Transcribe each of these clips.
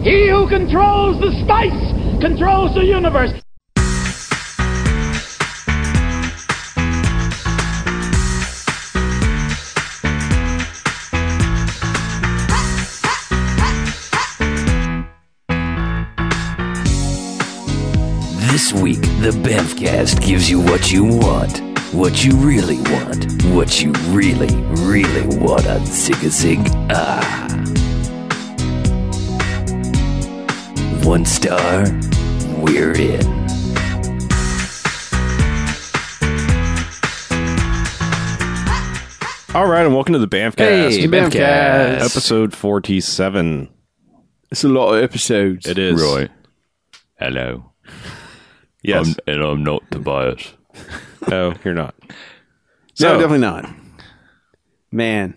who controls the space controls the universe. This week, the Bevcast gives you what you want, what you really want, what you really, really want on Zig Zig Ah. One star, we're in. All right, and welcome to the Banffcast, Hey, Bamfcast. episode forty-seven. It's a lot of episodes. It is Right. Hello. Yes. I'm- and I'm not Tobias. oh, you're not. No, So, definitely not. Man,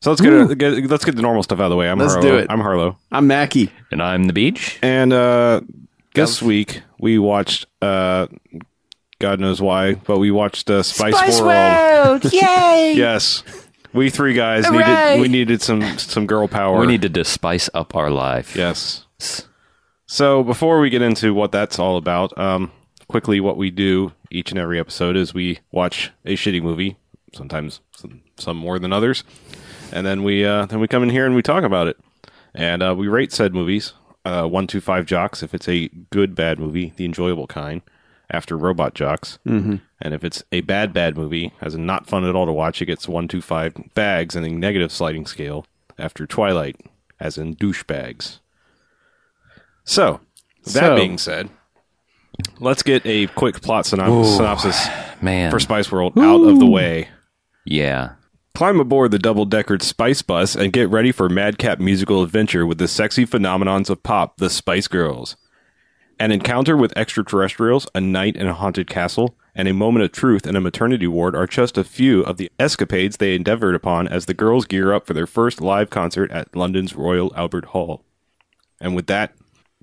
so let's get, get let's get the normal stuff out of the way. I'm Let's Harlow. do it. I'm Harlow, I'm Mackie. And I'm the beach. and uh, this week we watched. Uh, God knows why, but we watched uh, Spice, World. Yay! Yes, we three guys Hooray! needed we needed some some girl power. We needed to spice up our life. Yes. So before we get into what that's all about, um, quickly, what we do each and every episode is we watch a shitty movie, sometimes some, some more than others, and then we uh, then we come in here and we talk about it, and uh, we rate said movies. Uh, one, two, five jocks. If it's a good bad movie, the enjoyable kind, after Robot Jocks, mm-hmm. and if it's a bad bad movie, as in not fun at all to watch, it gets one, two, five bags, and a negative sliding scale after Twilight, as in douchebags. So, that So- being said, let's get a quick plot synop- synopsis Man. for Spice World out of the way. yeah. Climb aboard the double deckered Spice Bus and get ready for madcap musical adventure with the sexy phenomenons of pop, the Spice Girls. An encounter with extraterrestrials, a night in a haunted castle, and a moment of truth in a maternity ward are just a few of the escapades they endeavored upon as the girls gear up for their first live concert at London's Royal Albert Hall. And with that,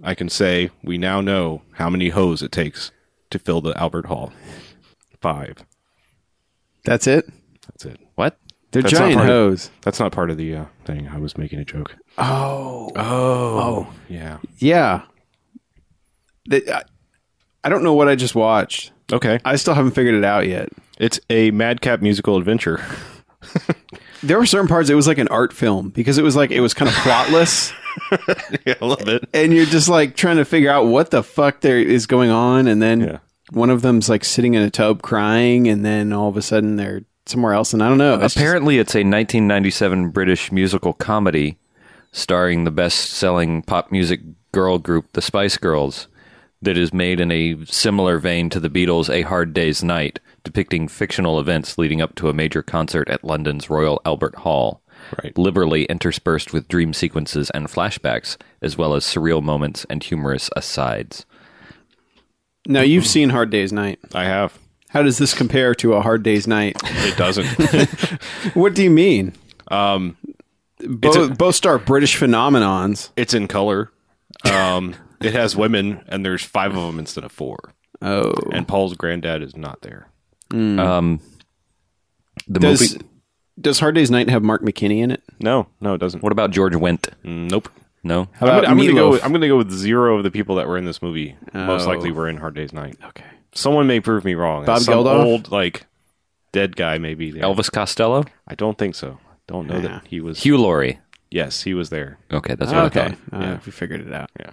I can say we now know how many hoes it takes to fill the Albert Hall. Five. That's it. That's it. What? They're That's not giant part of- hoes. That's not part of the uh, thing. I was making a joke. Oh, Yeah. yeah. They, I, I don't know what I just watched. Okay. I still haven't figured it out yet. It's a madcap musical adventure. There were certain parts. It was like an art film because it was like it was kind of plotless, yeah, I love it. and you're just like trying to figure out what the fuck there is going on, and then Yeah. one of them's like sitting in a tub crying, and then all of a sudden they're somewhere else, and I don't know. It's just- Apparently, it's a 1997 British musical comedy starring the best selling pop music girl group, the Spice Girls, that is made in a similar vein to the Beatles' A Hard Day's Night, depicting fictional events leading up to a major concert at London's Royal Albert Hall. Right. Liberally interspersed with dream sequences and flashbacks, as well as surreal moments and humorous asides. now you've seen Hard Day's Night. I have. How does this compare to a hard day's night? It doesn't. what do you mean? Um, both, a- both star British phenomenons. it's in color. Um, it has women, and there's five of them instead of four. Oh, And Paul's granddad is not there. The does movie. does Hard Day's Night have Mark McKinney in it? No, no, it doesn't. What about George Wendt? Mm, Nope. No. How I'm about gonna, I'm gonna go. Meatloaf? With, I'm gonna go with zero of the people that were in this movie. Most Oh. likely were in Hard Day's Night. okay, Someone may prove me wrong. Bob Some Geldof? old like dead guy, maybe. There. Elvis Costello? I don't think so. I don't know Nah. that he was. Hugh Laurie. Yes, he was there. Okay, that's Oh, what I okay, thought. uh, we figured it out. Yeah.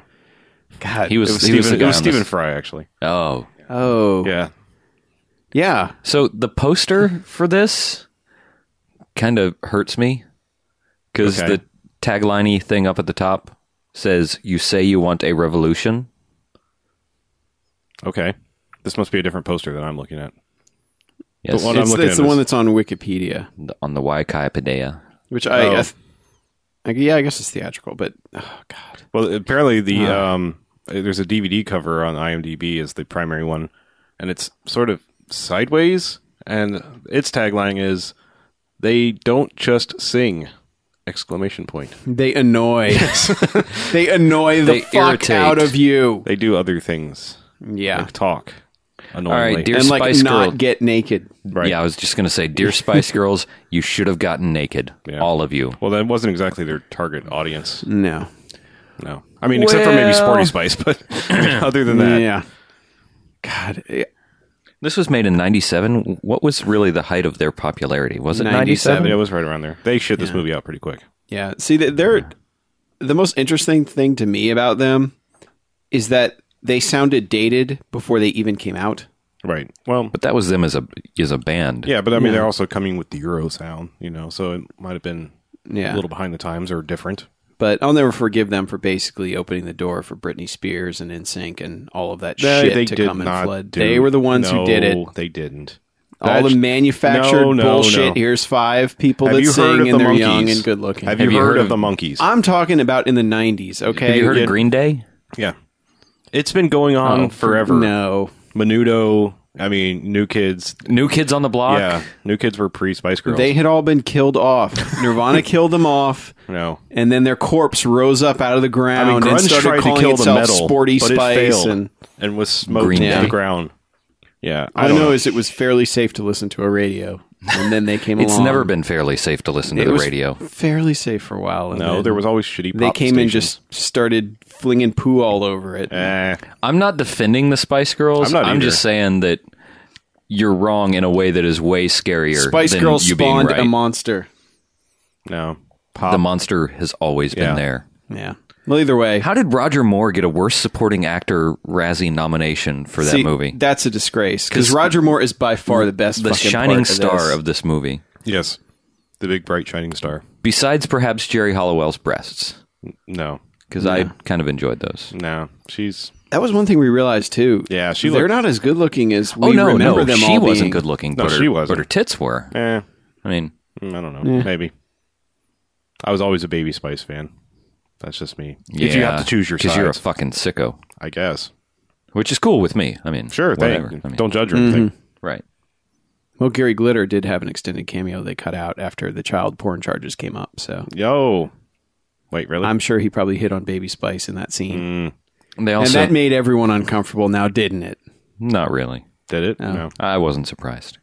God, He was, It was he was the Stephen. guy It was on this- Stephen Fry actually. Oh. oh yeah. Yeah. So the poster for this kind of hurts me because Okay. the tagliney thing up at the top says, You say you want a revolution. Okay. This must be a different poster than I'm looking at. Yes. But what I'm It's, looking it's at the is- one that's on Wikipedia, the- on the Waikaipadea. which I, Oh. I th- I- yeah, I guess it's theatrical, but oh god, Well, apparently the um, there's a DVD cover on IMDb is the primary one, and it's sort of sideways, and its tagline is "They don't just sing!" Exclamation point. they annoy, they annoy the They fuck irritate. out of you. They do other things Yeah, like talk annoyingly. All right, dear- and like Spice not Girl. get naked. Right. Yeah, I was just going to say, Dear Spice Girls, you should have gotten naked. Yeah. All of you. Well, that wasn't exactly their target audience. No. No. I mean, except for maybe Sporty Well- Spice, but other than that, Yeah. God, eh, This was made in 97. What was really the height of their popularity? Was it 97? it was right around there. They shit this movie out pretty quick. Yeah. See, th- they're the most interesting thing to me about them is that they sounded dated before they even came out. Right. Well, But that was them as a as a band. yeah, but I mean, they're also coming with the Euro sound, you know, so it might have been a Yeah. little behind the times or different. But I'll never forgive them for basically opening the door for Britney Spears and NSYNC and all of that shit to come and flood. do- They were the ones who did it. No, They didn't. All the That's- manufactured No, no, bullshit. no. Here's five people Have that you sing heard of and the they're monkeys? young and good looking. Have, you, heard, of, the monkeys? I'm talking about in the 90s, okay? Have you heard Yeah. of Green Day? yeah, it's been going on forever. Oh, No. Menudo. I mean, New Kids. New Kids on the Block? Yeah, New Kids were pre Spice Girls. They had all been killed off. Nirvana killed them off. no. and then their corpse rose up out of the ground I mean, and grunge started tried calling to kill the itself metal, Sporty but Spice. it failed and and was smoked Green to Day. the ground. Yeah, all I know is it was fairly safe to listen to a radio, and then they came. It's along. never been fairly safe to listen to It the was radio. fairly safe for a while. and no. then There was always shitty. they pop came and stations. just started flinging poo all over it. Eh, I'm not defending the Spice Girls. I'm not either. just saying that you're wrong in a way that is way scarier. Spice than Girls you being spawned right. a monster. no. The monster has always Yeah. been there. Yeah. Well, either way, How did Roger Moore get a worst supporting actor Razzie nomination for that see, movie? that's a disgrace because 'Cause Roger Moore is by far the best. the fucking shining part of star this. of this movie, Yes, the big bright shining star. besides perhaps Jerry Hollowell's breasts, No, because I kind of enjoyed those. no. She's that was one thing we realized too. Yeah, she they're looked- not as good looking as we oh no, remember no, them. she all wasn't being. good looking. No, but her, she wasn't. But her tits were. eh. I mean, Mm, I don't know. Maybe. I was always a Baby Spice fan. That's just me. if you have to choose your because you're a sides, fucking sicko, I guess. which is cool with me. I mean, Sure, thank. whatever. I mean, Don't judge or anything. right. Well, Gary Glitter did have an extended cameo they cut out after the child porn charges came up. So Yo, wait, really? I'm sure he probably hit on Baby Spice in that Mm. scene. And They And also that made everyone uncomfortable now, didn't it? not really. Did it? No. I wasn't surprised.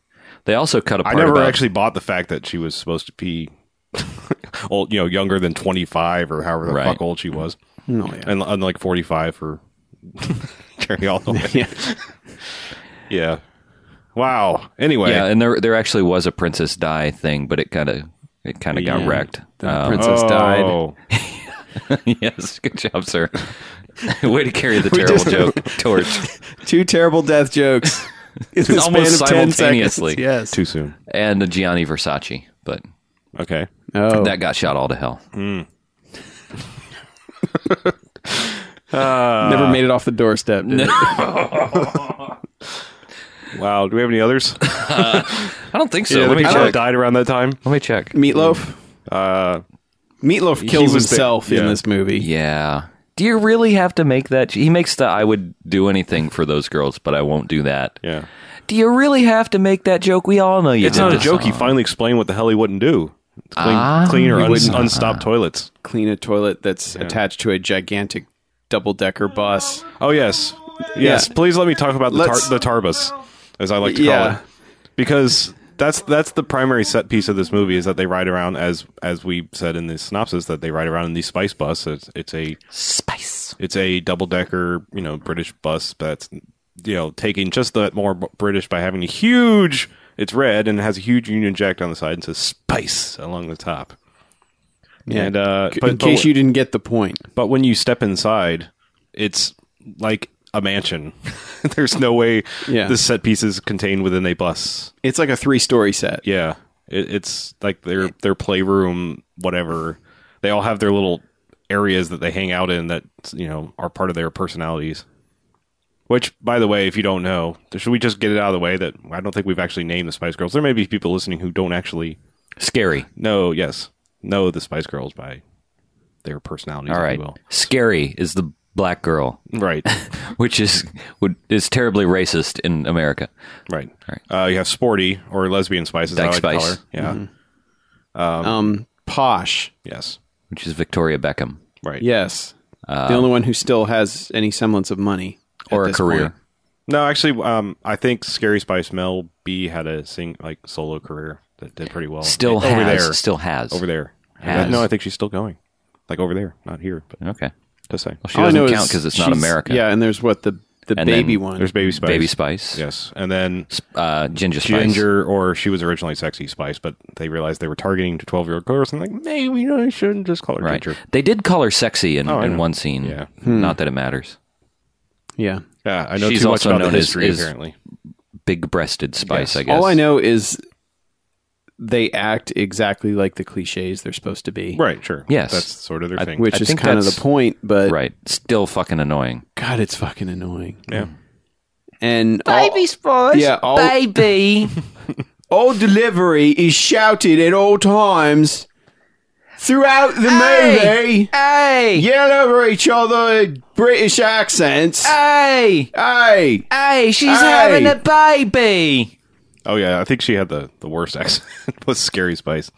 They also cut I apart. never about, actually bought the fact that she was supposed to be old, you know, younger than 25 or however the Right. fuck old she was, Mm. No, Oh, yeah. and, and like 45 for Jerry Holloway. Yeah. yeah. Wow. Anyway, Yeah, and there there actually was a Princess Di thing, but it kind of it kind of got Yeah. wrecked. The Um, princess died. Oh. yes, good job, sir. Way to carry the terrible just- joke torch Two terrible death jokes. in the almost span of 10 seconds. simultaneously. Yes. too soon. and the Gianni Versace, but Okay. oh. that got shot all to hell. Hmm. Uh. never made it off the doorstep. did it? Wow. Do we have any others? I don't think so. yeah, let me people check. that died around that time. Let me check. Meatloaf? Uh, Meatloaf kills was the- himself in yeah. this movie. Yeah. Do you really have to make that? He makes the I would do anything for those girls, but I won't do that. yeah. Do you really have to make that joke? We all know you It's did not a this joke. He song. Ah. finally explained what the hell he wouldn't do. Clean, clean or uns- unstopped toilets. Clean a toilet that's attached to a gigantic double decker bus. Oh yes, yes. Yeah. Please let me talk about the tar- Let's- the tarbus, as I like to Yeah. call it, because that's that's the primary set piece of this movie is that they ride around as as we said in the synopsis that they ride around in the spice bus. It's, it's a Spice. it's a double decker you know British bus that's you know taking just that more b- British by having a huge. It's red and it has a huge Union Jack down the side and says spice along the top. Yeah. And, uh, C- but- in but case w- you didn't get the point. But when you step inside, it's like a mansion. There's no way Yeah. the set piece is contained within a bus. It's like a three story set. Yeah, it, it's like their their playroom, whatever. They all have their little areas that they hang out in that you know are part of their personalities. Which, by the way, if you don't know, should we just get it out of the way that I don't think we've actually named the Spice Girls. There may be people listening who don't actually Scary. know. Yes, know the Spice Girls by their personalities. All if right. you will. Scary is the black girl, right. which is would is terribly racist in America. Right. Uh, you have sporty or lesbian spices. Dyke I like to call Spice. Mm-hmm. her. Yeah. Um, posh. Yes. which is Victoria Beckham Right. Yes. the only one who still has any semblance of money or at a this career. point. No, actually, um, I think Scary Spice Mel B had a sing like solo career that did pretty well. Still Oh, over has, there. still has over there. Has. No, I think she's still going. Like over there, not here. But Okay, to say. She doesn't count because it's not she's- America. Yeah, and there's what the the And baby then one. Oh, There's Baby Spice. Baby Spice. Yes. And then Uh, ginger Spice. Ginger, or she was originally Sexy Spice, but they realized they were targeting to 12 year old girls and like, maybe I shouldn't just call her Right. Ginger. They did call her sexy in, in know. one scene. Hmm. Yeah. Not that it matters. yeah. Yeah, I know She's too much also about the known as- history, is- apparently. Big breasted Spice, Yes. I guess. All Oh, I know is they act exactly like the cliches they're supposed to be. Right, sure. Yes. That's sort of their I- thing. which I is think kind of the that's- point, but Right. Still fucking annoying. God, it's fucking annoying. Yeah. And all- Spice. Oh, Yeah, oh. all- baby. all delivery is shouted at all times throughout the movie. hey. Yell over each other in British accents. Hey. Hey, Hey, she's Hey. having a baby. Oh, yeah. I think she had the, the worst accent. was Scary Spice.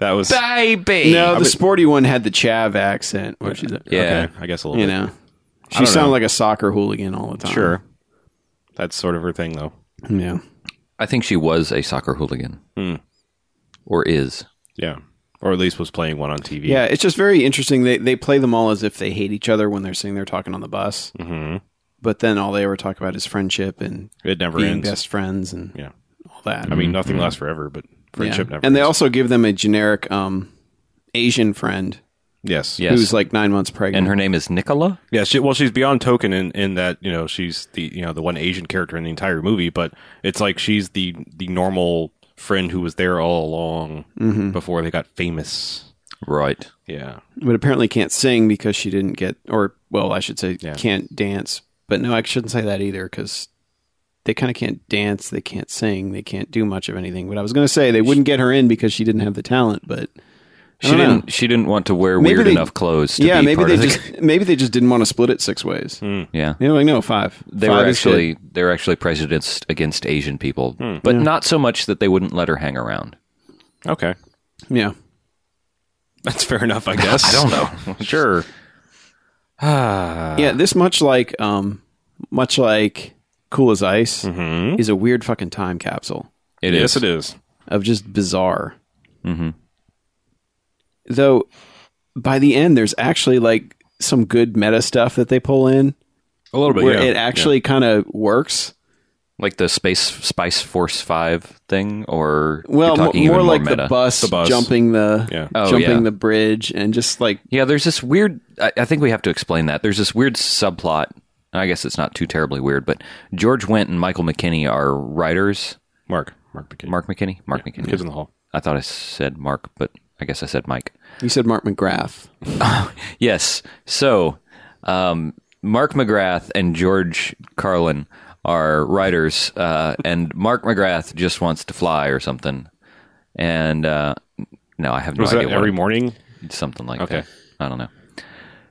That was. Baby. no, the sporty one had the Chav accent. Which is, Yeah. Okay, I guess a little you bit. know, she sounded like a soccer hooligan all the time. Sure. That's sort of her thing, though. yeah. I think she was a soccer hooligan. Or is. Yeah. Or at least was playing one on TV. Yeah, it's just very interesting. They they play them all as if they hate each other when they're sitting there talking on the bus. Mm-hmm. But then all they ever talk about is friendship and It never being ends. best friends and Yeah. all that. I mean, nothing lasts forever, but friendship Yeah. never And they ends. also give them a generic um, Asian friend Yes. Yes. who's like nine months and pregnant. her name is Nicola? Yeah, she, well, she's beyond token in, in that you know she's the you know the one Asian character in the entire movie, but it's like she's the the normal friend who was there all along Mm-hmm. before they got famous. Right. Yeah, but apparently can't sing because she didn't get, or well, I should say Yeah. can't dance. But no, I shouldn't say that either because they kind of can't dance, they can't sing, they can't do much of anything. But I was going to say they wouldn't get her in because she didn't have the talent. But She don't know. didn't she didn't want to wear Maybe weird they- enough clothes to yeah, be maybe part they of the- just maybe they just didn't want to split it six ways. Yeah. You know, like no five. They Five were is good. actually they were actually prejudiced against Asian people, but not so much that they wouldn't let her hang around. okay, yeah. that's fair enough, I guess. I don't know. Sure, uh, yeah, this much like um much like Cool as Ice Mm-hmm. is a weird fucking time capsule It is. yes, it is. of just bizarre. Mm-hmm. Though by the end there's actually like some good meta stuff that they pull in A little bit. where yeah. it actually kind of works. Like the space Spice Force Five thing, or Well, you're mo- talking more even like more meta. the bus, The bus. jumping the Yeah. Oh, jumping yeah. the bridge and just like Yeah, there's this weird. I, I think we have to explain that. There's this weird subplot. and I guess it's not too terribly weird, but George Wendt and Michael McKinney are writers. Mark, Mark McKinney, Mark McKinney, Mark McKinney. Kids in the Hall. I thought I said Mark, but I guess I said Mike. you said Mark McGrath. Yes. So, um, Mark McGrath and George Carlin are writers, uh, and Mark McGrath just wants to fly or something. And uh, no, I have no Was idea. that what every morning? something like Okay. that. I don't know.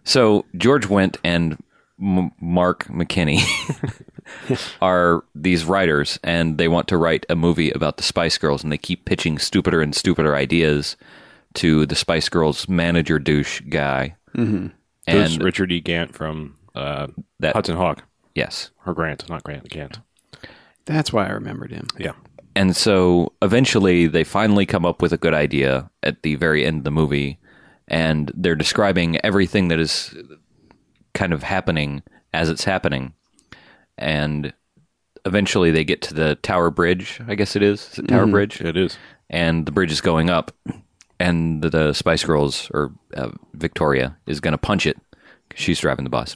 So George Wendt and M- Mark McKinney are these writers, and they want to write a movie about the Spice Girls, and they keep pitching stupider and stupider ideas to the Spice Girls manager douche guy. Mm-hmm. There's And Richard E. Gant from uh, That- Hudson Hawk yes, or Grant, not Grant, Gant. That's why I remembered him. Yeah, and so eventually they finally come up with a good idea at the very end of the movie and they're describing everything that is kind of happening as it's happening and eventually they get to the tower bridge i guess it is, is it tower bridge it is. and the bridge is going up and the, the spice girls or uh, victoria is going to punch it 'cause she's driving the bus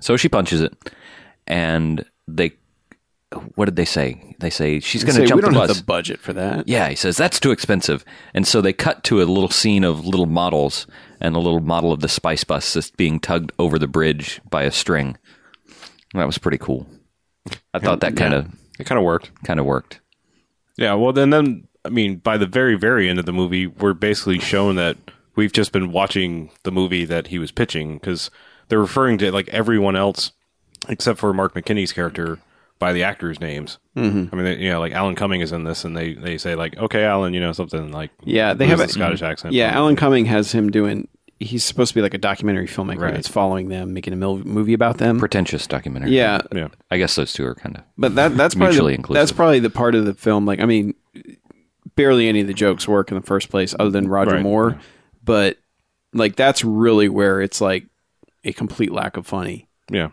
so she punches it and they what did they say they say she's going Say, to we jump the don't bus have the budget for that. yeah he says that's too expensive and so they cut to a little scene of little models and a little model of the spice bus that's being tugged over the bridge by a string that was pretty cool i thought that kind of It kind of worked. kind of worked Yeah, well, then, then I mean, by the very, very end of the movie, we're basically shown that we've just been watching the movie that he was pitching because they're referring to like everyone else except for Mark McKinney's character by the actors' names. Mm-hmm. I mean, they, you know, like Alan Cumming is in this, and they they say like, "Okay, Alan," you know, something like Yeah, they lose have the Scottish accent. Yeah, Alan Cumming has him doing. He's supposed to be like a documentary filmmaker Right. that's following them, making a mil- movie about them. pretentious documentary yeah, yeah, I guess those two are kind of but that that's probably Mutually the, inclusive. that's probably the part of the film. Like, I mean, barely any of the jokes work in the first place, other than Roger Right, Moore. But Like that's really where it's like a complete lack of funny Yeah.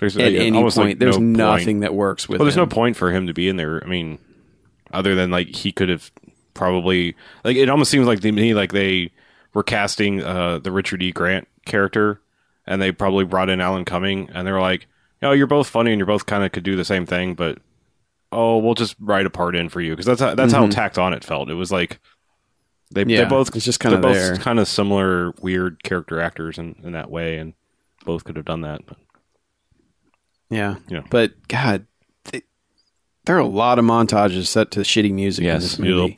There's Uh, at yeah, any point. almost, like, there's no point. nothing that works with. Well, there's him. no point for him to be in there. I mean, other than like he could have probably like it almost seems like to me like they were casting uh, the Richard E. Grant character, and they probably brought in Alan Cumming, and they were like, "Oh, you're both funny, and you're both kind of could do the same thing, but oh, we'll just write a part in for you because that's how, that's how tacked on it felt. It was like they Mm-hmm. Yeah, they're both it's just they're kinda both there. kind of similar weird character actors in, in that way, and both could have done that. But Yeah. Yeah. But God, th- there are a lot of montages set to shitty music in Yes. this movie.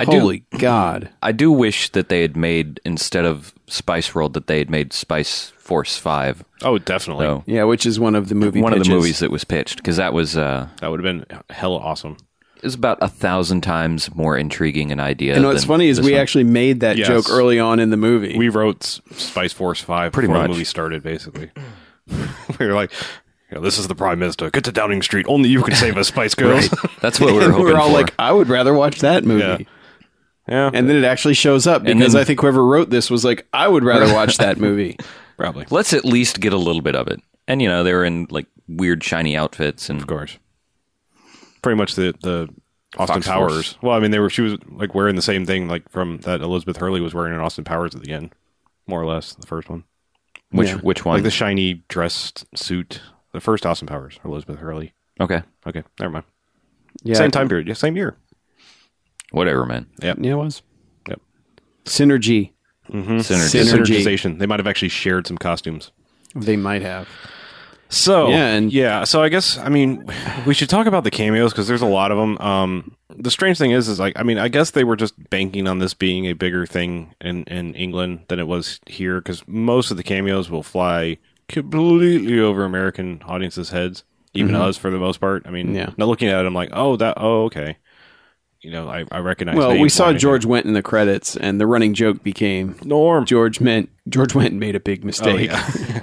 I do- Holy God. I do wish that they had made instead of Spice World that they had made Spice Force Five. oh, definitely. Though Yeah, which is one of the movie one of the pitches. movies that was pitched because that was uh, That would have been hella awesome. it was about a thousand times more intriguing an idea. And what's than funny is this we one. actually made that Yes. joke early on in the movie. We wrote S- Spice Force Five Pretty before much. the movie started. Basically, we were like, you know, "This is the Prime Minister. Get to Downing Street. Only you can save us, Spice Girls." that's what we were and we hoping were all for. like, I would rather watch that movie. Yeah. yeah, And then it actually shows up because then- I think whoever wrote this was like, I would rather watch that movie. probably. Of Let's at least get a little bit of it. And you know they were in like weird shiny outfits and course, pretty much the the Austin Fox Powers. Force. Well, I mean, they were she was like wearing the same thing like from that Elizabeth Hurley was wearing in Austin Powers at the end, more or less the first one, which Yeah. which one? like the shiny dressed suit. The first Austin Powers, Elizabeth Hurley. okay, Okay, never mind. Yeah. Same time period, yeah, same year. whatever, man. Yeah, it was. Yep. Mm-hmm. Synergy. Synergy. Syner- Synergy. Synergization. They might have actually shared some costumes. They might have. So Yeah, and- yeah, so I guess I mean we should talk about the cameos because there's a lot of them. Um, the strange thing is, is like I mean I guess they were just banking on this being a bigger thing in in England than it was here because most of the cameos will fly completely over American audiences' heads, even us for the most part. I mean, Mm-hmm. Yeah. now looking at it, I'm like, oh that, oh okay, you know I, I recognize. Well, names we saw already. George Went in the credits, and the running joke became Norm. George meant George Went made a big mistake. Oh, yeah.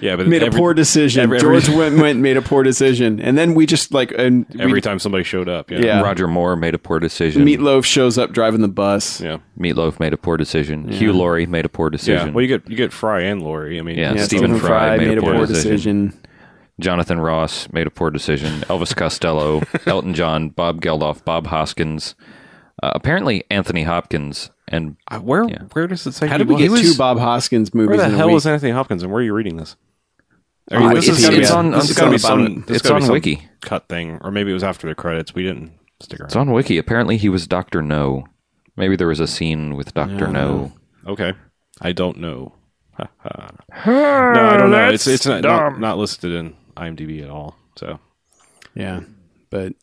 yeah, but made every- a poor decision. every- every- George went, went and made a poor decision, and then we just like and we- every time somebody showed up. Yeah, Yeah. Roger Moore made a poor decision. Meatloaf shows up driving the bus. yeah. Meatloaf made a poor decision. Hugh Laurie made a poor decision. Yeah. Well, you get you get Fry and Laurie. I mean, Yeah. Yeah, Stephen Fry made a poor decision. Jonathan Ross made a poor decision. Elvis Costello, Elton John, Bob Geldof, Bob Hoskins, uh, apparently Anthony Hopkins, and I- where where does it say? How he did we was? get He two was- Bob Hoskins Where movies the in a hell week? is Anthony Hopkins, and where are you reading this? I Uh, this it's- has gotta it's be- on- this has it's gotta on be some- Bottom- this has it's gotta be on some Wiki. cut thing, or maybe it was after the credits. We didn't stick around. it's on Wiki. Apparently he was Doctor No. Maybe there was a scene with Doctor No. okay, I don't know. Ha, ha. no, I don't know. It's it's not, not not listed in IMDb at all. So Yeah, but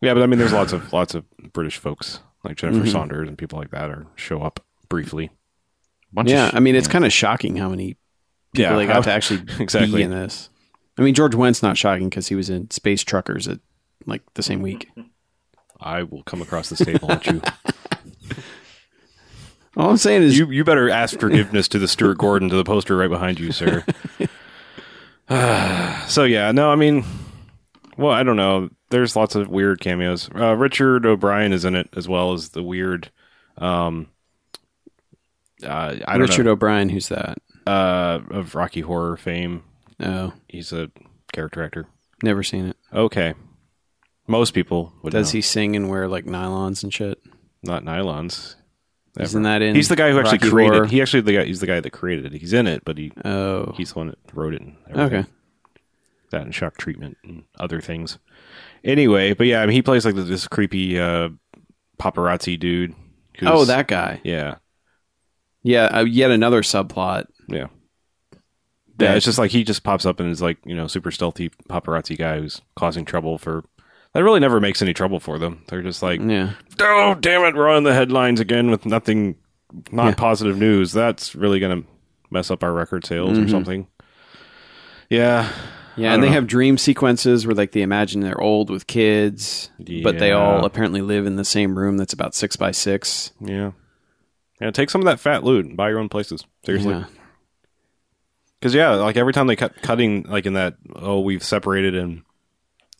yeah, but I mean, there's lots of lots of British folks like Jennifer Mm-hmm. Saunders and people like that, or show up briefly. Bunch of yeah, sh- I mean, it's kind of shocking how many Yeah, people they how- got to actually exactly. be in this. I mean, George Went's not shocking because he was in Space Truckers at like the same week. I will come across this table at you. All I'm saying is, You you better ask forgiveness to the Stuart Gordon to the poster right behind you, sir. so yeah, no, I mean, well, I don't know. There's lots of weird cameos. Uh, Richard O'Brien is in it as well as the weird. Um, uh, I don't Richard know O'Brien, who's that? uh, of Rocky Horror fame. Oh, He's a character actor. never seen it. Okay, most people would Does know. he sing and wear like nylons and shit? not nylons. Isn't that in? He's the guy who actually Rocky created. Horror? He actually the guy. He's the guy that created it. He's in it, but he oh, he's the one that wrote it. And everything. okay. that and shock treatment and other things. Anyway, but yeah, I mean, he plays like this creepy uh, paparazzi dude. who's- Oh, that guy. Yeah, Yeah, uh, yet another subplot. yeah, yeah. It's just like he just pops up and is like you know super stealthy paparazzi guy who's causing trouble for. That really never makes any trouble for them. They're just like, Yeah, oh damn it, we're on the headlines again with nothing, not positive news. That's really gonna mess up our record sales Mm-hmm. or something. Yeah, yeah, and they have dream sequences where like they imagine they're old with kids, but they all Yeah. apparently live in the same room that's about six by six. yeah, yeah. Take some of that fat loot and buy your own places. Seriously. Yeah, Because yeah, like every time they cut cutting, like in that oh we've separated and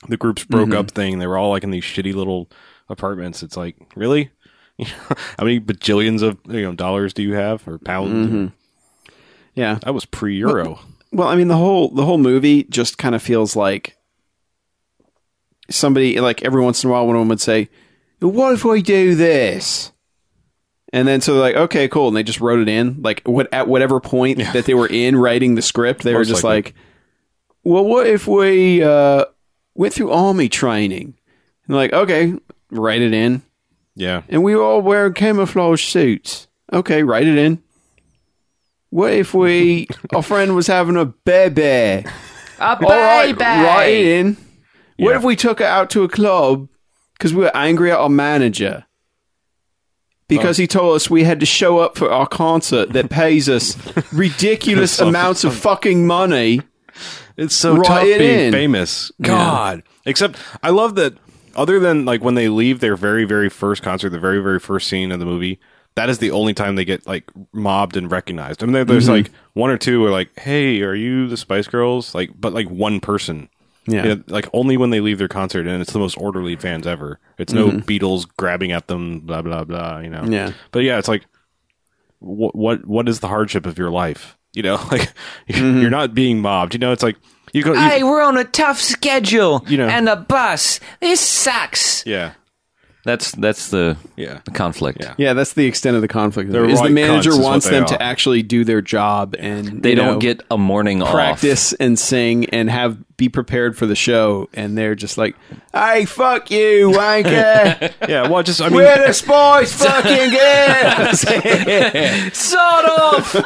Mm-hmm. the groups broke up thing, they were all like in these shitty little apartments. It's like really, How many bajillions of you know dollars do you have or pounds? Mm-hmm. Yeah. That was pre Euro. Well, I mean the whole the whole movie just kind of feels like somebody like every once in a while one of them would say, "What if we do this?" And then so they're like, "Okay, cool," and they just wrote it in. Like what at whatever point that they were in writing the script, they were Most just likely. like, "Well, what if we uh, went through army training?" And like, "Okay, write it in." Yeah. and we all wear camouflage suits. Okay, write it in. What if we, our friend was having a baby? A All right, baby. write it in. What Yeah. if we took her out to a club because we were angry at our manager because he told us we had to show up for our concert that pays us ridiculous amounts of fucking money? It's so Right tough it being in. famous. God. Except I love that other than like when they leave their very, very first concert, the very, very first scene of the movie, that is the only time they get like mobbed and recognized. I mean there, there's Mm-hmm. like one or two are like, Hey, are you the Spice Girls? Like but like one person. Yeah. You know, like only when they leave their concert and it's the most orderly fans ever. It's no Beatles grabbing at them, blah blah blah, you know. Mm-hmm. Yeah. But yeah, it's like what what what is the hardship of your life? You know, like you're Mm-hmm. you're not being mobbed. You know, it's like you go. you- Hey, we're on a tough schedule, You know. and the bus. This sucks. yeah, That's that's the Yeah. the conflict. Yeah. Yeah, that's the extent of the conflict. They're is the right cunts manager is what wants they them are. to actually do their job and They you don't know, get a morning off. practice and sing and have be prepared for the show and they're just like hey fuck you wanker yeah. Well, just I mean, we're the sports fucking girls Sort of.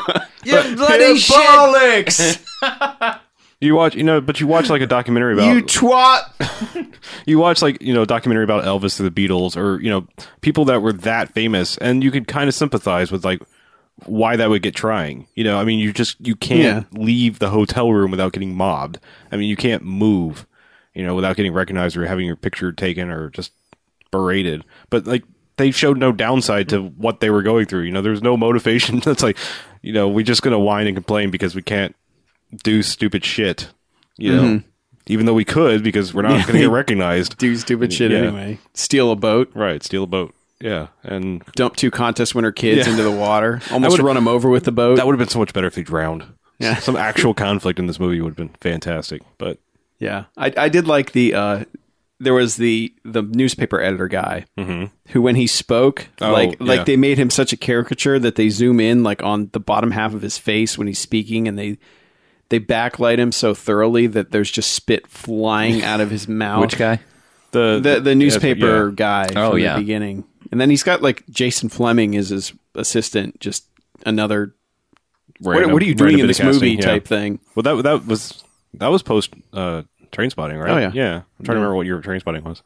you bloody Hey, shit. bollocks you watch, you know, but you watch like a documentary about you you, twat watch like you know a documentary about Elvis or the Beatles or you know people that were that famous, and you could kind of sympathize with like why that would get trying. You know, I mean, you just you can't leave the hotel room without getting mobbed. I mean, you can't move, you know, without getting recognized or having your picture taken or just berated. But like they showed no downside to what they were going through. You know, there's no motivation. That's like, you know, we're just gonna whine and complain because we can't do stupid shit. You know, Mm-hmm. even though we could because we're not gonna get recognized. do stupid shit Yeah. anyway steal a boat Right? Steal a boat. Yeah, and dump two contest winner kids Yeah. into the water almost would- run them over with the boat That would have been so much better if they drowned. Yeah. Some actual conflict in this movie would have been fantastic. But Yeah, I, I did like the. Uh, there was the the newspaper editor guy who, when he spoke, Mm-hmm. Oh, like yeah. like they made him such a caricature that they zoom in like on the bottom half of his face when he's speaking, and they they backlight him so thoroughly that there's just spit flying out of his mouth. Which guy? the The the newspaper guy. Oh, from yeah. the beginning, and then he's got like Jason Fleming is his assistant, just another. What, what are you doing in this movie? Type thing. Well, that that was that was post uh, train spotting, right? Oh, yeah. yeah. I'm trying to remember what your train spotting was.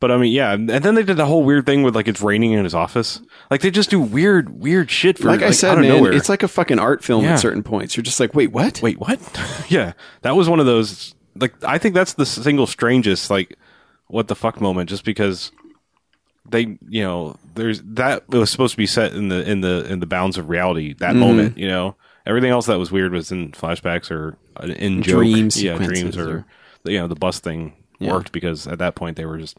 But I mean, yeah, and then they did the whole weird thing with like it's raining in his office. Like they just do weird, weird shit for Like, I said, out of man, nowhere. it's like a fucking art film Yeah. at certain points. You're just like, wait, what? wait, what? yeah, that was one of those. Like, I think that's the single strangest, like, what the fuck moment. Just because they, you know, there's that was supposed to be set in the in the in the bounds of reality. That Mm-hmm. moment, you know, everything else that was weird was in flashbacks or uh, in joke, Dream yeah, dreams sequences or, you know, the bus thing worked because at that point they were just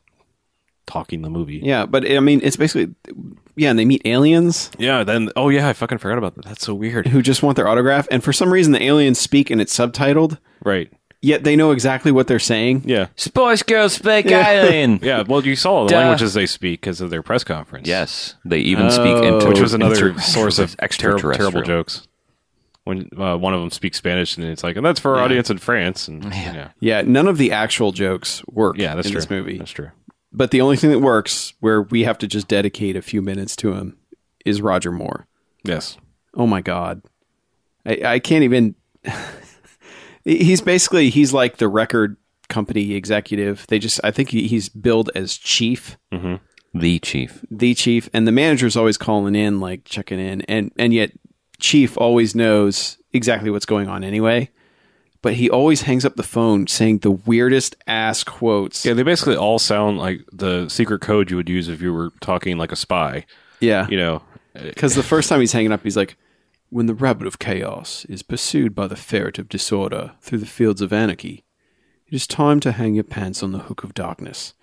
talking the movie. Yeah, but I mean, it's basically yeah, and they meet aliens yeah. Then, oh yeah, I fucking forgot about that. That's so weird. who just want their autograph, and for some reason the aliens speak and it's subtitled, right? yet they know exactly what they're saying. Yeah. Spice Girls speak alien. Yeah, well, you saw the Duh. languages they speak because of their press conference. Yes, they even speak into Oh. which was another source of terrible, extraterrestrial. terrible jokes. When uh, one of them speaks Spanish, and it's like, and that's for our audience in France, and yeah, yeah, Yeah, none of the actual jokes work yeah that's in true. this movie. That's true. But the only thing that works where we have to just dedicate a few minutes to him is Roger Moore. Yes, Oh my god. I, I can't even he's basically he's like the record company executive. They just I think he, he's billed as chief. The chief. the chief and the manager's always calling in like checking in and and yet chief always knows exactly what's going on anyway but he always hangs up the phone saying the weirdest ass quotes yeah, they basically all sound like the secret code you would use if you were talking like a spy. yeah You know, because the first time he's hanging up he's like when the rabbit of chaos is pursued by the ferret of disorder through the fields of anarchy it is time to hang your pants on the hook of darkness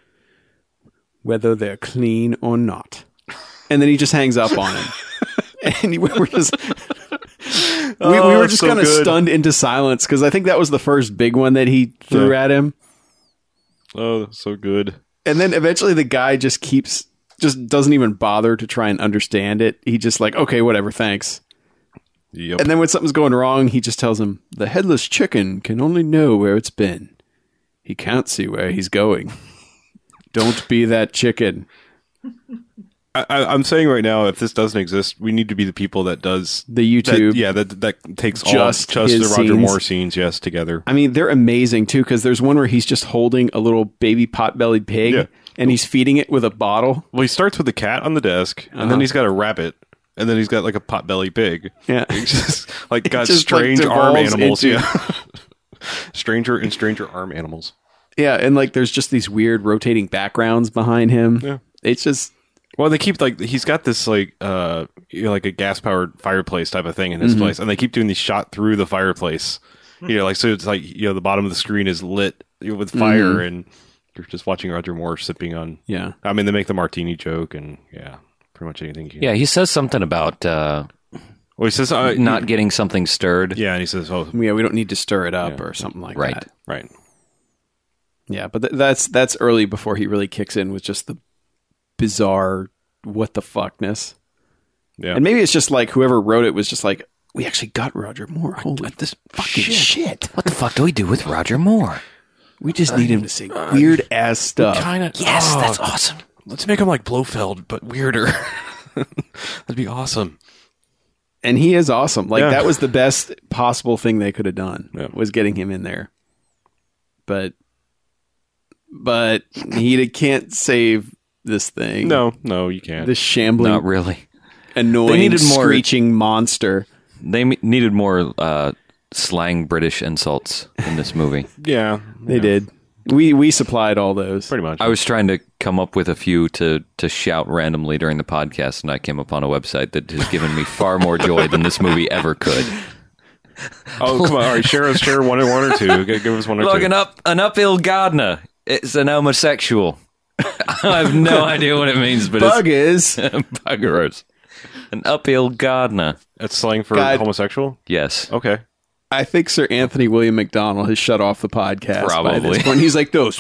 whether they're clean or not and then he just hangs up on him. and we're just we, we were just Oh, so kind of good. stunned into silence because I think that was the first big one that he threw Yeah. at him. Oh, that's so good. And then eventually the guy just keeps just doesn't even bother to try and understand it. He just like, okay, whatever, thanks. Yep. And then when something's going wrong, he just tells him, "The headless chicken can only know where it's been. He can't see where he's going. Don't be that chicken." I, I, I'm saying right now, if this doesn't exist, we need to be the people that does The that- YouTube yeah, that that takes Just all just the his Roger scenes. Moore scenes, yes, together. I mean, they're amazing too because there's one where he's just holding a little baby pot-bellied pig Yeah. and he's feeding it with a bottle. Well, he starts with the cat on the desk, and then he's got a rabbit, and then he's got like a potbelly pig. Yeah. He's just like got just, like, strange arm devolves animals. into- Yeah. stranger and stranger arm animals. Yeah, and like there's just these weird rotating backgrounds behind him. Yeah. It's just Well, they keep like he's got this like uh you know, like a gas powered fireplace type of thing in his place, and they keep doing these shot through the fireplace. You know, like so it's like you know the bottom of the screen is lit you know, with fire, and you're just watching Roger Moore sipping on. yeah. I mean, they make the martini joke, and yeah, pretty much anything. You can. Yeah, he says something about uh, Well, he says uh, not getting something stirred. Yeah, and he says, "Oh, Yeah, we don't need to stir it up or something like Right. that. right." Yeah, but th- that's that's early before he really kicks in with just the bizarre what the fuckness. Yeah. And maybe it's just like whoever wrote it was just like we actually got Roger Moore. Holy this fucking shit. What the fuck do we do with Roger Moore? We just need him to sing Uh, weird ass stuff. of. Yes, that's awesome. oh, Let's make him like Blofeld, but weirder. That'd be awesome. and he is awesome. Like Yeah. that was the best possible thing they could have done Yeah. was getting him in there. But but he can't save this thing. No, no, you can't. This shambling Not really. annoying needed more- screeching monster. They m- needed more uh, slang British insults in this movie. yeah, They did. We we supplied all those. pretty much. I was trying to come up with a few to to shout randomly during the podcast, and I came upon a website that has given me far more joy than this movie ever could. oh, come on! All right, share us, share one or one or two. G- Give us one or Look, two. an up an uphill gardener. It's an homosexual. I have no idea what it means, but Bug is it's buggerers. An uphill gardener. That's slang for God. homosexual. Yes. Okay. I think Sir Anthony William McDonald has shut off the podcast. By Probably. this point. He's like those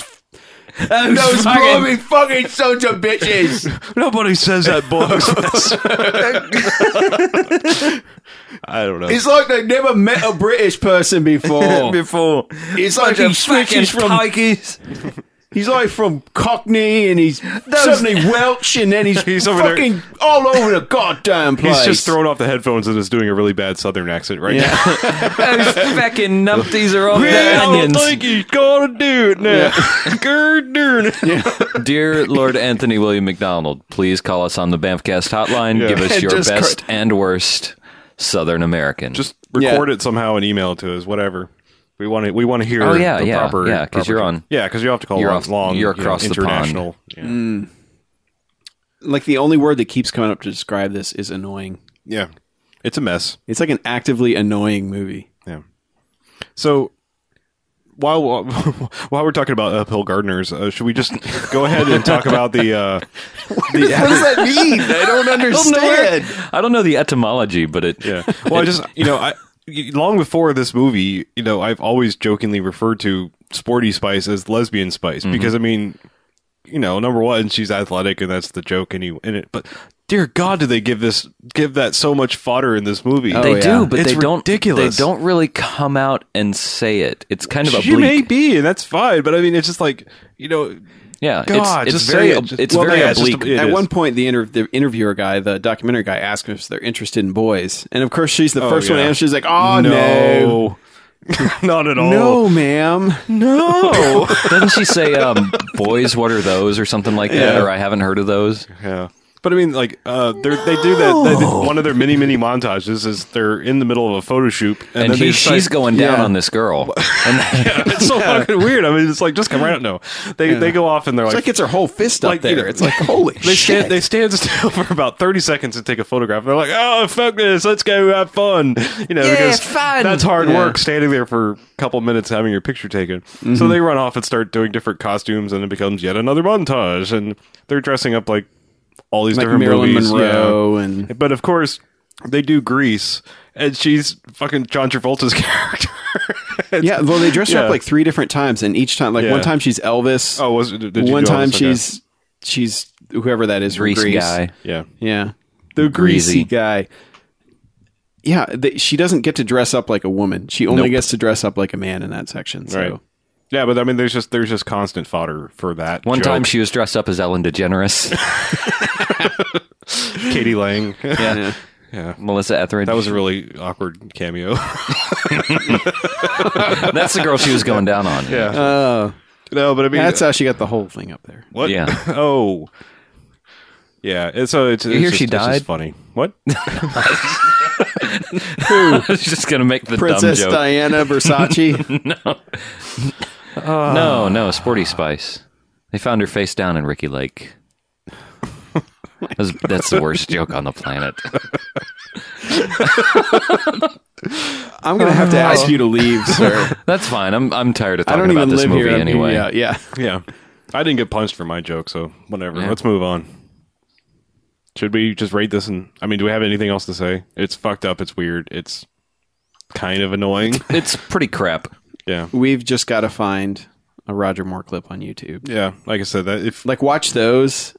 those, those fucking, fucking sons of bitches. Nobody says that, boys. I don't know. It's like they've never met a British person before. Before It's like he switches from tigers. he's like from Cockney and he's suddenly Welsh and then he's, He's over there. fucking all over the goddamn place. He's just throwing off the headphones and is doing a really bad Southern accent right now. Those fucking numpties are all he's gonna do it now. Good darn it. Dear Lord Anthony William McDonald, please call us on the Bamfcast hotline. Yeah. Give us your Just cr- best and worst Southern American. Just record it somehow and email it to us. Whatever. We want to. We want to hear. Oh, yeah, the yeah, proper, yeah, 'cause proper- you're on- Yeah, because you have to call you're long, off- long. you're you know, across the pond. international. Yeah. like the only word that keeps coming up to describe this is annoying. yeah, it's a mess. It's like an actively annoying movie. Yeah. So while while we're talking about uphill gardeners, uh, should we just go ahead and talk about the uh, the What does that mean? I don't understand. I don't know the etymology, but it. Yeah. Well, I just you know I long before this movie, you know, I've always jokingly referred to Sporty Spice as lesbian Spice because I mean, you know, number one, she's athletic and that's the joke any in it. But dear God, do they give this give that so much fodder in this movie? They Oh, yeah. do, but It's they don't. ridiculous. They don't really come out and say it. It's kind of She oblique. may be, and that's fine. But I mean, it's just like you know, yeah, God, it's, it's just very. say it. ob- Just- It's well, very yeah, it's just oblique. a- It At is. one point, the, inter- the interviewer guy, the documentary guy, asked if they're interested in boys, and of course, she's the first one. yeah. And she's like, "Oh no, no, not at all. no, ma'am, no. Doesn't she say, um, "Boys, what are those?" or something like that? Or I haven't heard of those. Yeah. But I mean, like, uh, they're, they do that. They, they- one of their mini mini montages is they're in the middle of a photo shoot, and, And then he, they she's decide- going down yeah. on this girl. And It's so fucking weird. I mean, it's like just come right out. No, they they go off and they're It's like, like it's her whole fist up Like, you there. know, it's like holy they shit. stand they stand still for about thirty seconds and take a photograph. And they're like, oh fuck this, let's go have fun. You know, because that's hard Yeah. work standing there for a couple minutes having your picture taken. So they run off and start doing different costumes, and it becomes yet another montage, and they're dressing up like all these like different Marilyn movies, Monroe yeah. and But of course, they do Grease, and she's fucking John Travolta's character. It's- yeah. Well, they dressed her Yeah. up like three different times, and each time, like Yeah. one time she's Elvis. Oh, was it- did you one do time Elvis? Okay. she's she's whoever that is. from Grease Grease. guy. yeah, Yeah, the greasy Greasy. guy. Yeah, they, she doesn't get to dress up like a woman. She only gets to dress up like a man in that section. So. right. Yeah, but I mean, there's just there's just constant fodder for that. One joke. time she was dressed up as Ellen DeGeneres. Katie Lang. Yeah. Melissa Etheridge. that was a really awkward cameo. That's the girl she was going down on. Yeah. no, but I mean, That's how she got the whole thing up there. what? Yeah. oh, yeah. And so it's, it's hear just, she it's just died? funny. What? She's just going to make the Princess dumb joke. Diana Versace. No, Oh, no, Sporty Spice. They found her face down in Ricky Lake. That's, that's the worst joke on the planet. I'm gonna have to ask you to leave, sir. That's fine. I'm I'm tired of I talking don't about even this live movie here I'm- anyway. Yeah, yeah. yeah, I didn't get punched for my joke, so whatever. Yeah. Let's move on. Should we just rate this? And I mean, do we have anything else to say? It's fucked up. It's weird. It's kind of annoying. It's pretty crap. yeah, We've just got to find a Roger Moore clip on YouTube. yeah. Like I said, that if Like watch those.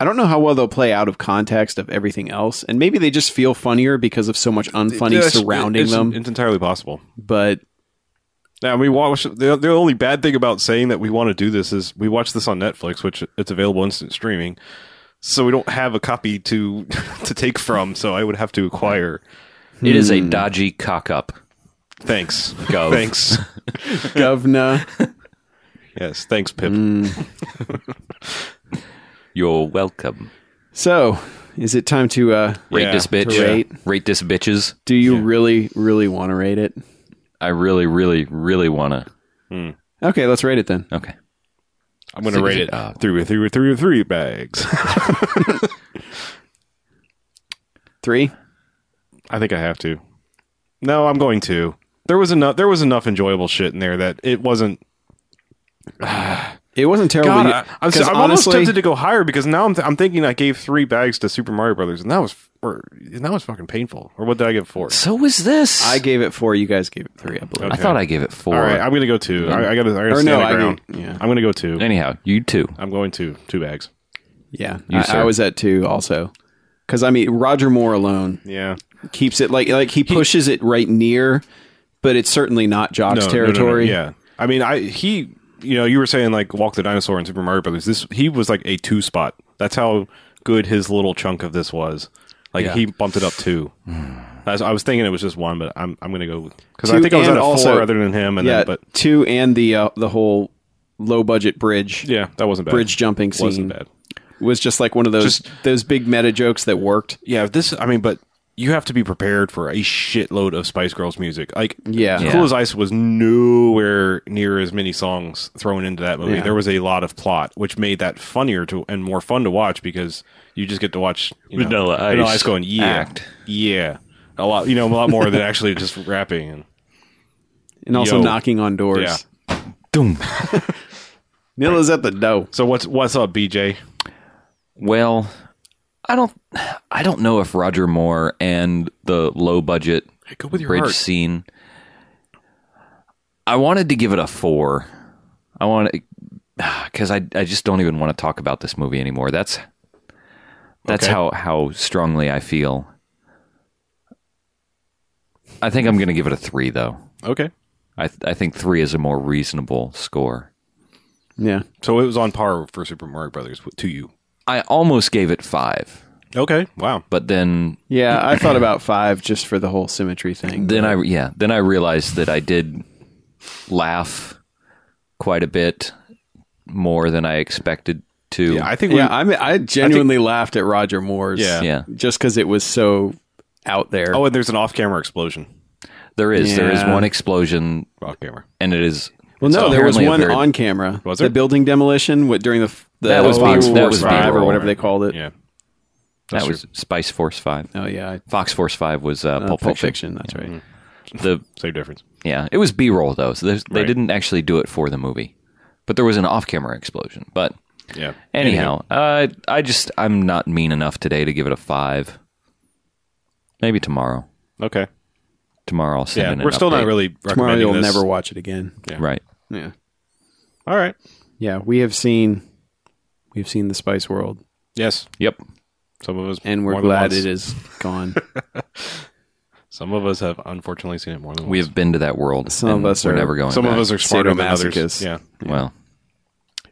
I don't know how well they'll play out of context of everything else, and maybe they just feel funnier because of so much unfunny Yeah, it's- surrounding it's- them. it's entirely possible. but Now we watch the the only bad thing about saying that we want to do this is we watch this on Netflix, which it's available instant streaming. So we don't have a copy to to take from, so I would have to acquire. It is a Hmm. dodgy cock up. Thanks. Gov. Thanks. Govna, Yes, thanks Pip. You're welcome. so is it time to uh, Rate Yeah, this bitch. to rate. Rate this bitches. Do you really, really want to rate it? I really, really, really wanna. Okay, let's rate it then. Okay. I'm going to rate it it up. three with three with three with three bags. Three. I think I have to. No, I'm going to. There was enough. There was enough enjoyable shit in there that it wasn't. It wasn't terrible. God, You- I, I'm, 'cause so- I'm almost tempted to go higher because now I'm, th- I'm thinking I gave three bags to Super Mario Brothers, and that was f- or, and that was fucking painful. Or what did I give four? So was this. I gave it four. You guys gave it three. I believe. I thought I gave it four. All right, I'm gonna go two. I, I gotta, I gotta Or stand no, the I ground. agree. Yeah. I'm gonna go two. Anyhow, you too. I'm going two. Two bags. Yeah, You, I, I sir. was at two also. Because I mean, Roger Moore alone Yeah. keeps it like like he pushes it right near, but it's certainly not Jock's territory. Yeah. I mean, I he, you know, you were saying like Walk the Dinosaur and Super Mario Brothers. This he was like a two spot. That's how good his little chunk of this was. Like Yeah. he bumped it up two. I was, I was thinking it was just one, but I'm I'm gonna go because I Two think I was and at a also- four other than him, and yeah. then, but two and the uh, the whole low budget bridge yeah, that wasn't bad. bridge jumping scene wasn't bad. was just like one of those Just- those big meta jokes that worked. Yeah, this. I mean, but you have to be prepared for a shitload of Spice Girls music. Like, Yeah. Yeah. Cool as Ice was nowhere near as many songs thrown into that movie. Yeah. There was a lot of plot, which made that funnier to and more fun to watch because you just get to watch you know, Vanilla Ice Vanilla Ice going yeah, act. yeah, a lot. You know, a lot more than actually just rapping. And, and also Yo. knocking on doors. yeah. Doom. Nilla's at the door. So what's what's up, BJ? Well, I don't I don't know if Roger Moore and the low budget go with your bridge heart. scene I wanted to give it a 4. I want cuz I I just don't even want to talk about this movie anymore. That's that's Okay. how how strongly I feel. I think I'm going to give it a 3 though. Okay, I I think 3 is a more reasonable score. Yeah. so it was on par for Super Mario Brothers to you. I almost gave it 5, Okay, wow. but then Yeah, I thought about five just for the whole symmetry thing. then I yeah, then I realized that I did laugh quite a bit more than I expected to. Yeah, I think yeah, we. I mean, I genuinely laughed at Roger Moore's. Yeah. Yeah. just because it was so out there. oh, and there's an off-camera explosion. there is there is Yeah. one explosion Off-camera. and it is well, no, so there was apparently a one very- on camera. Was the there? building demolition with, during the f- the That was Fox B- that Force was Five B-roll, or whatever they called it. Yeah. that was Spice Force 5. Oh yeah, I- Fox Force 5 was uh, uh, Pulp, Fiction. That's Mm-hmm. right. The Same difference. yeah, it was B-roll though. So there's- they Right. didn't actually do it for the movie. But there was an off-camera explosion. But Yeah. Anyhow, uh, I just I'm not mean enough today to give it a five. Maybe tomorrow. Okay. Tomorrow I'll send Yeah, in an we're still not update. really Tomorrow recommending you'll this. never watch it again. right. Yeah. All right. Yeah, we have seen we've seen the Spice World Yes. Yep. Some of us and we're more than glad once. it is gone. Some of us have unfortunately seen it more than We have been to that world. Some of and us we're are- never going. once. Some of back. us are smarter than others. Sadomasochists. Yeah. Well,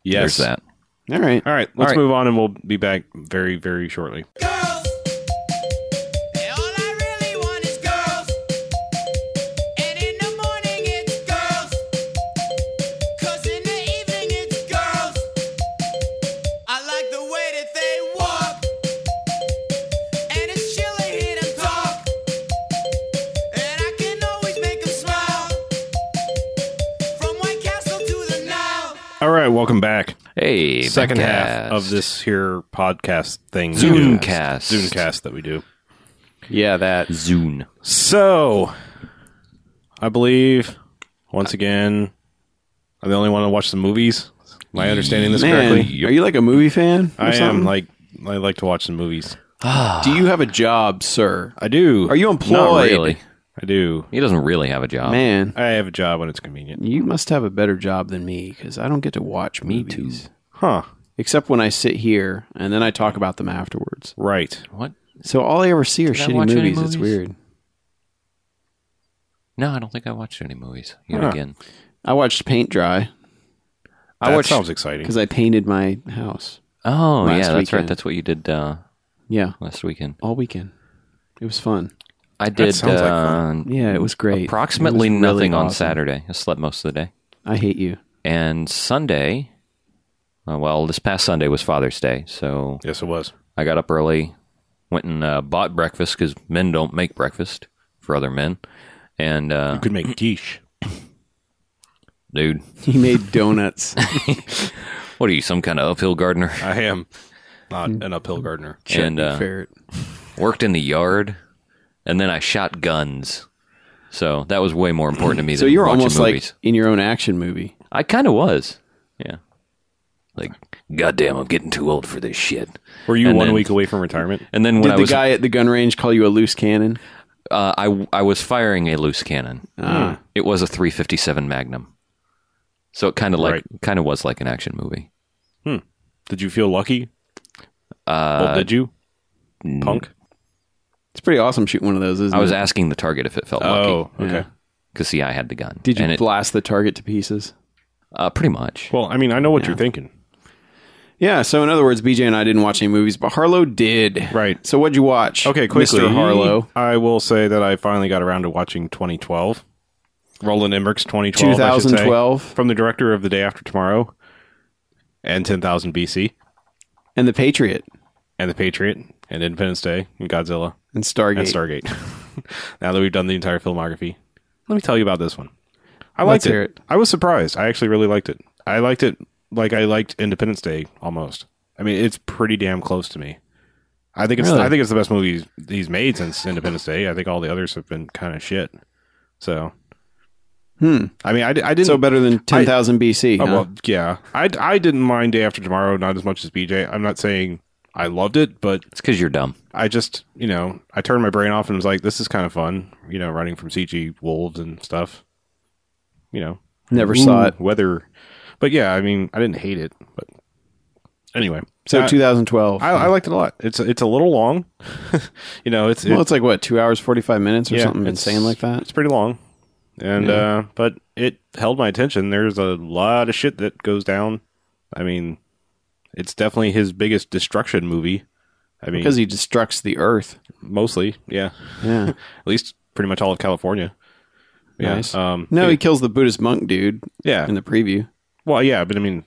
Yes. there's that. All right. All right. Let's right. move on, and we'll be back very, very shortly. girls. And all I really want is girls. And in the morning it's girls. 'Cause in the evening it's girls. I like the way that they walk. And it's chill to hear them talk. And I can always make them smile. From White Castle to the now. All right. Welcome back. Hey, Second Bentcast. half of this here podcast thing. we do. Zoomcast. Zoomcast that we do. Yeah, that. Zune. So, I believe once again, I'm the only one who watched the movies. Am I understanding this Man, correctly? are you like a movie fan? or I am something? like I like to watch the movies. Do you have a job, sir? I do. Are you Not employed? really. I do. He doesn't really have a job. Man, I have a job when it's convenient. you must have a better job than me because I don't get to watch Me movies. too. Huh. Except when I sit here and then I talk about them afterwards. Right. What? So all I ever see are I shitty watch movies. any It's movies? weird. No, I don't think I watched any movies yet Huh. again. I watched Paint Dry That watched- sounds exciting. because I painted my house. Oh Last yeah, that's right. weekend. That's what you did uh, Yeah, last weekend. all weekend. It was fun. I did. sounds like uh, fun. Yeah, it was great. Approximately It was really nothing on awesome. Saturday. I slept most of the day. I hate you. And Sunday, uh, well, this past Sunday was Father's Day, so Yes, it was. I got up early, went and uh, bought breakfast because men don't make breakfast for other men. And uh, Could make quiche. dude, He made donuts. what are you, some kind of uphill gardener? I am not an uphill gardener. and uh, ferret. worked in the yard, and then I shot guns. So that was way more important to me. So than you were watching almost movies. like in your own action movie. I kind of was, yeah. Like, Goddamn, I'm getting too old for this shit. Were you And one then- week away from retirement? and then when Did I the was, guy at the gun range call you a loose cannon? uh, I I was firing a loose cannon. Ah. It was a 357 Magnum. So it kind of like Right. kind of was like an action movie. Did you feel lucky? Uh, well, did you? Punk? It's pretty awesome shooting one of those, isn't I was it? asking the target if it felt Oh, lucky okay. Yeah. because see, I had the gun. Did you And it- blast the target to pieces? uh, pretty much. Well, I mean, I know what you're thinking. Yeah, so in other words, BJ and I didn't watch any movies, but Harlow did. Right. So what'd you watch? Okay, quickly, Mr. Harlow. I will say that I finally got around to watching 2012, Roland Emmerich's 2012, I should say, 2012. from the director of The Day After Tomorrow, and 10,000 BC, And The Patriot and The Patriot, and Independence Day, and Godzilla, and Stargate. and Stargate. now that we've done the entire filmography, let me tell you about this one. I Let's liked hear it. it. I was surprised. I actually really liked it. I liked it like I liked Independence Day almost. I mean, it's pretty damn close to me. I think it's Really? I think it's the best movie he's, he's made since Independence Day. I think all the others have been kind of shit. So, hmm. I mean, I, di- I didn't. So better than 10,000 BC. Oh, huh? well, yeah. I, I didn't mind Day After Tomorrow not as much as BJ. I'm not saying I loved it, but It's because you're dumb. I just, you know, I turned my brain off and was like, this is kind of fun, you know, running from CG wolves and stuff. You know, Never saw it. Weather. But yeah, I mean, I didn't hate it. But anyway, So I, 2012. I, I liked it a lot. It's it's a little long. you know, it's well, it's like what, two hours, 45 minutes or yeah, something it's- insane like that? It's pretty long, and uh, but it held my attention. There's a lot of shit that goes down. I mean, it's definitely his biggest destruction movie. I mean, Because he destructs the earth. mostly, yeah. Yeah. at least pretty much all of California. Yeah. Nice. Um, no, he kills the Buddhist monk dude yeah. in the preview. well, yeah, but I mean,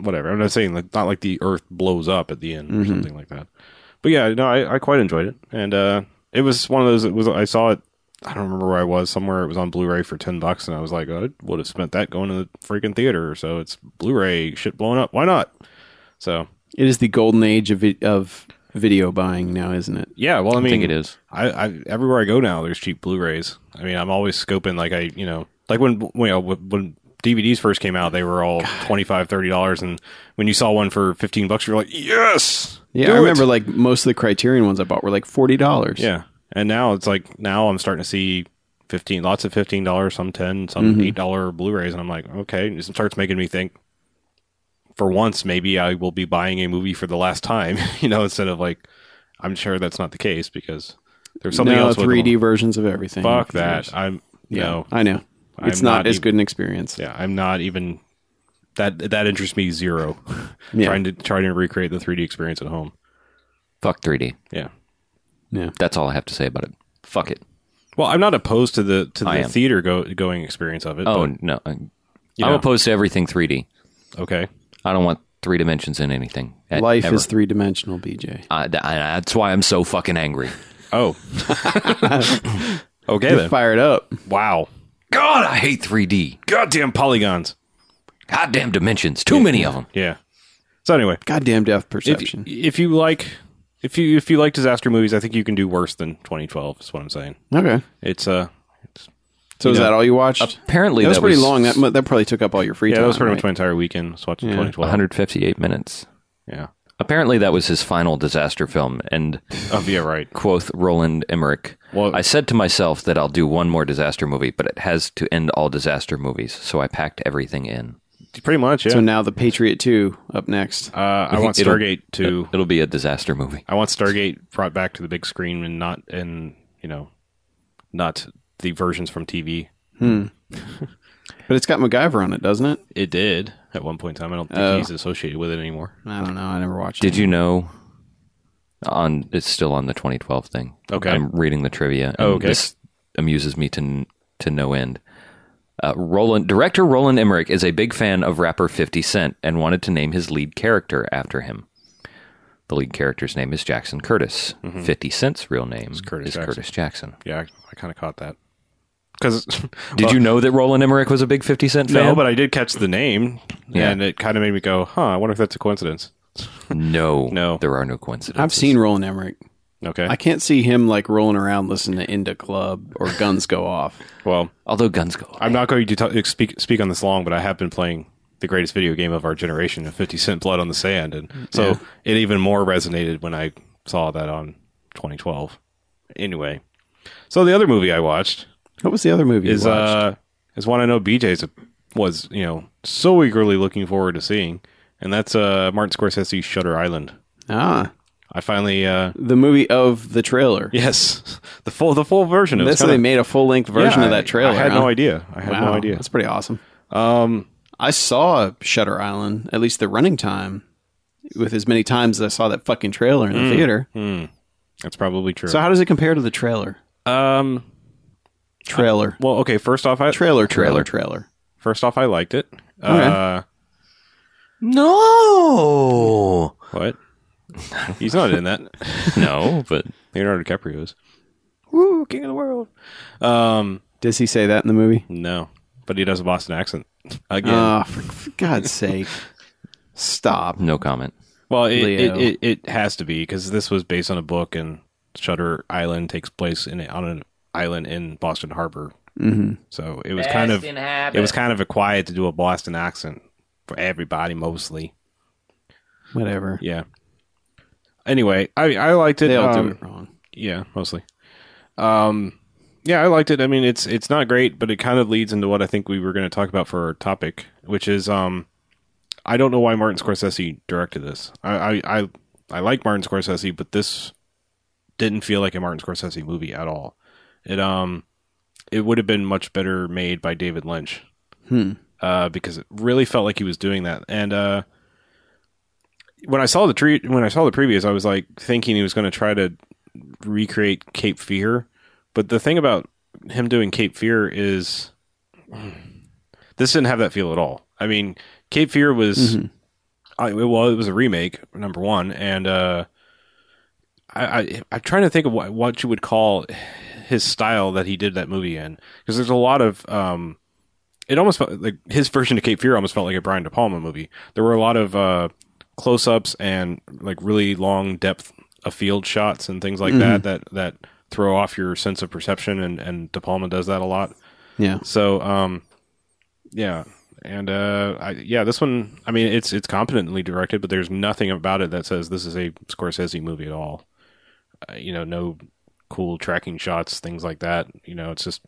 whatever. I'm not saying like not like the Earth blows up at the end Mm-hmm. or something like that. But yeah, no, I, I quite enjoyed it, and uh, it was one of those. It was I saw it. I don't remember where I was. Somewhere it was on Blu-ray for ten bucks, and I was like, I would have spent that going to the freaking theater. So it's Blu-ray shit blown up. Why not? So It is the golden age of, vi- of video buying now, isn't it? yeah. Well, I mean, think it is. I, I everywhere I go now, there's cheap Blu-rays. I mean, I'm always scoping. Like I, you know, like when you know when DVDs first came out, they were all twenty five, thirty dollars, and when you saw one for fifteen bucks, you were like, yes, Yeah, do I it!" remember like most of the Criterion ones I bought were like forty dollars. Yeah, and now it's like now I'm starting to see fifteen, lots of fifteen dollars, some ten, some eight dollar Blu-rays, and I'm like, okay, it starts making me think. For once, maybe I will be buying a movie for the last time, you know, instead of like, I'm sure that's not the case because there's something no else. with 3D them. versions of everything. Fuck that! I'm Yeah, no, I know. It's I'm not, not as even- good an experience. yeah, I'm not even that. That interests me zero. Yeah. trying to trying to recreate the 3D experience at home. Fuck 3D. Yeah. That's all I have to say about it. Fuck it. Well, I'm not opposed to the to I the am. theater go, going experience of it. Oh but- no, I'm know. opposed to everything 3D. okay. I don't want three dimensions in anything. at- Life ever. is three dimensional, BJ. I- th- I- that's why I'm so fucking angry. Oh. okay You're then. fired up. Wow. God, I hate 3D. Goddamn polygons. Goddamn dimensions. Too many of them. Yeah. So anyway, Goddamn death if, perception. if you like if you if you like disaster movies, I think you can do worse than 2012. Is what I'm saying. okay. It's uh So is know, that all you watched? Apparently, that was that pretty was long. That mu- that probably took up all your free yeah, time. that was pretty much right? my entire weekend. was watching 2012. Uh-huh. 158 minutes. Yeah. Apparently, that was his final disaster film, and Oh yeah, right. quoth Roland Emmerich. Well- I said to myself that I'll do one more disaster movie, but it has to end all disaster movies, so I packed everything in. Pretty much. Yeah. So now the Patriot Two up next. uh, I want It'll- Stargate to. It'll be a disaster movie. I want Stargate brought back to the big screen and not and you know, not the versions from TV. But it's got MacGyver on it, doesn't it? It did at one point in time. I don't think Oh. he's associated with it anymore. I don't know. I never watched. Did it. you know? On it's still on the 2012 thing. Okay. I'm reading the trivia. and Oh, okay. This amuses me to to no end. Uh, Roland director Roland Emmerich is a big fan of rapper 50 Cent and wanted to name his lead character after him. The lead character's name is Jackson Curtis. 50 Cent's real name Mm-hmm. Curtis is Jackson. Curtis Jackson. Yeah, I, I kind of caught that because Did you know that Roland Emmerich was a big 50 Cent fan? no, but I did catch the name, Yeah. and it kind of made me go, "Huh? I wonder if that's a coincidence." no, No. there are no coincidences. I've seen Roland Emmerich. Okay, I can't see him like rolling around listening to Inda Club or Guns Go Off. well, Although guns go. I'm not going to t- speak speak on this long, but I have been playing the greatest video game of our generation, Fifty Cent Blood on the Sand, and so it even more resonated when I saw that on 2012. Anyway, so the other movie I watched What was the other movie? is you watched? uh is one I know BJ's was you know so eagerly looking forward to seeing, and that's uh Martin Scorsese's Shutter Island. ah I finally uh the movie of the trailer. yes the full the full version. It was That's how they kinda- made a full length version Yeah, of I- that trailer. I had huh? no idea. I had no Wow, idea. That's pretty awesome. Um, I saw Shutter Island, at least the running time, with as many times as I saw that fucking trailer in the Mm. theater. That's probably true. So how does it compare to the trailer? um Trailer, well okay first off I trailer, trailer, trailer. first off I liked it. Uh Okay. No. what? He's not in that. No, but Leonardo DiCaprio is. Woo, king of the world. Um Does he say that in the movie? no. But he does a Boston accent again. Ah, for, for God's sake, stop. no comment. Well, it, Leo. it, it, it has to be because this was based on a book, and Shutter Island takes place in on an island in Boston Harbor. Mm-hmm. So it was kind of it was kind of required to do a Boston accent for everybody, mostly. Whatever. Yeah. Anyway, I I liked it. They all um, do it wrong. yeah, mostly. Um, yeah, I liked it. I mean, it's it's not great, but it kind of leads into what I think we were going to talk about for our topic, which is um, I don't know why Martin Scorsese directed this. I I I, I like Martin Scorsese, but this didn't feel like a Martin Scorsese movie at all. It um, it would have been much better made by David Lynch, uh, because it really felt like he was doing that, and uh when I saw the tre- when I saw the previews, I was like thinking he was going to try to recreate Cape Fear. But the thing about him doing Cape Fear is this didn't have that feel at all. I mean, Cape Fear was I, well, it was a remake number one, and uh, I, I I'm trying to think of what, what you would call his style that he did that movie in because there's a lot of um, it almost felt like his version of Cape Fear almost felt like a Brian De Palma movie. There were a lot of uh, close ups and like really long depth of field shots and things like that that that throw off your sense of perception and and De Palma does that a lot. Yeah. So um, yeah, And uh, I, yeah, this one, I mean, it's it's competently directed, but there's nothing about it that says this is a Scorsese movie at all. Uh, you know, no cool tracking shots, things like that. You know, it's just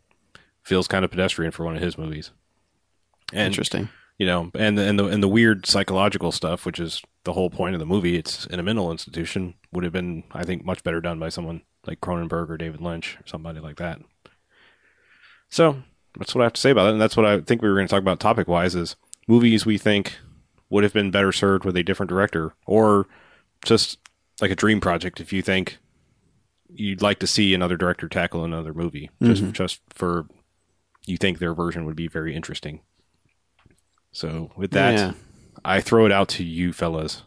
feels kind of pedestrian for one of his movies. And, Interesting. You know, and the, and the and the weird psychological stuff, which is the whole point of the movie. It's in a mental institution. Would have been, I think, much better done by someone like Cronenberg or David Lynch or somebody like that. So that's what I have to say about it, and that's what I think we were going to talk about topic wise is movies we think would have been better served with a different director, or just like a dream project. If you think you'd like to see another director tackle another movie, Mm-hmm. just just for you think their version would be very interesting. So with that, Yeah. I throw it out to you fellas.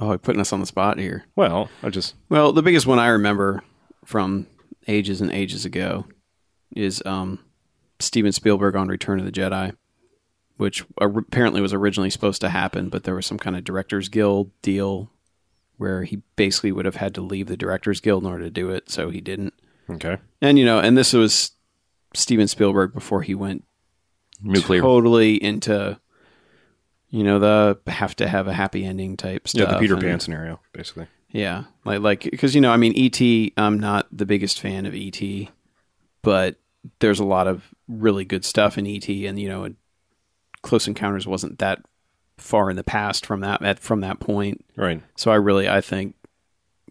Oh, you're putting us on the spot here. Well, I just Well, the biggest one I remember from ages and ages ago is um, Steven Spielberg on Return of the Jedi, which ar- apparently was originally supposed to happen, but there was some kind of Directors Guild deal where he basically would have had to leave the Directors Guild in order to do it, so he didn't. okay. And you know, and this was Steven Spielberg before he went Nuclear. totally into you know the have to have a happy ending type stuff. Yeah, the Peter and- Pan scenario, basically. yeah, like like because you know, I mean, ET. I'm not the biggest fan of ET, but there's a lot of really good stuff in ET, and you know, Close Encounters wasn't that far in the past from that at, from that point. Right. So I really I think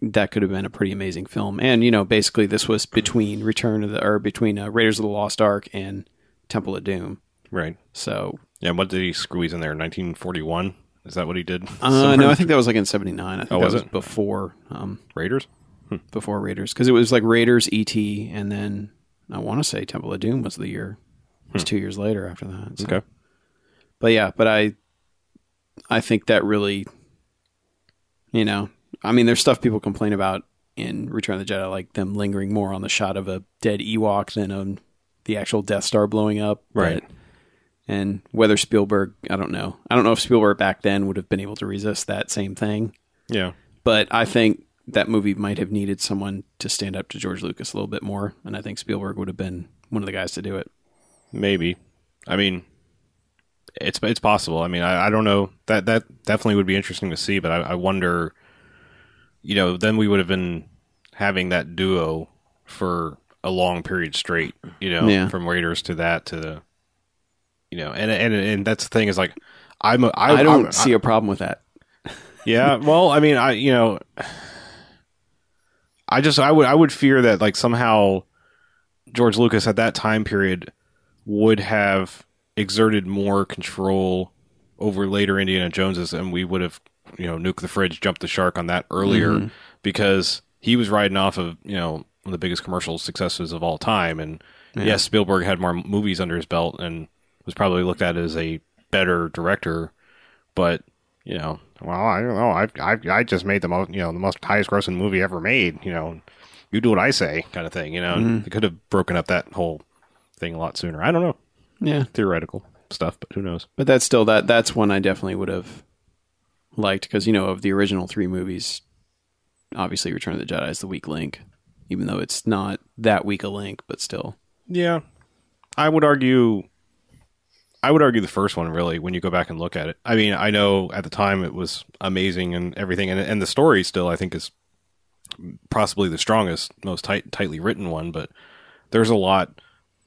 that could have been a pretty amazing film. And you know, basically this was between Return of the or between uh, Raiders of the Lost Ark and Temple of Doom. Right. So Yeah, and what did he squeeze in there? 1941? Is that what he did? uh, no, I think that was like in '79. I think Oh, that was was it? before. Um, Raiders? before Raiders because it was like Raiders, ET, and then I want to say Temple of Doom was the year. It was two years later after that. so- Hmm. Okay. but yeah, but I, I think that really, you know, I mean, there's stuff people complain about in Return of the Jedi, like them lingering more on the shot of a dead Ewok than on the actual Death Star blowing up, Right. But- and whether Spielberg, I don't know. I don't know if Spielberg back then would have been able to resist that same thing Yeah. but I think that movie might have needed someone to stand up to George Lucas a little bit more, and I think Spielberg would have been one of the guys to do it. Maybe. I mean, it's it's possible. I mean, I, I don't know. That that definitely would be interesting to see, but I, I wonder. You know, then we would have been having that duo for a long period straight. You know, Yeah. from Raiders to that to the. You know, and and and that's the thing is like, I'm a, I, I don't I'm- see a problem with that. yeah well i mean i you know i just i would i would fear that like somehow george lucas at that time period would have exerted more control over later indiana joneses and we would have you know nuke the fridge jumped the shark on that earlier because he was riding off of you know one of the biggest commercial successes of all time and yes spielberg had more movies under his belt and was probably looked at as a better director but you know, well, I don't know. I I I just made the most, you know, the most highest grossing movie ever made. You know, you do what I say, kind of thing. You know, they could have broken up that whole thing a lot sooner. I don't know, Yeah, theoretical stuff, but who knows? but that's still that. That's one I definitely would have liked because you know of the original three movies, obviously Return of the Jedi is the weak link, even though it's not that weak a link, but still. Yeah, I would argue. I would argue the first one really when you go back and look at it. I mean, I know at the time it was amazing and everything, and and the story still I think is possibly the strongest, most tight, tightly written one. But there's a lot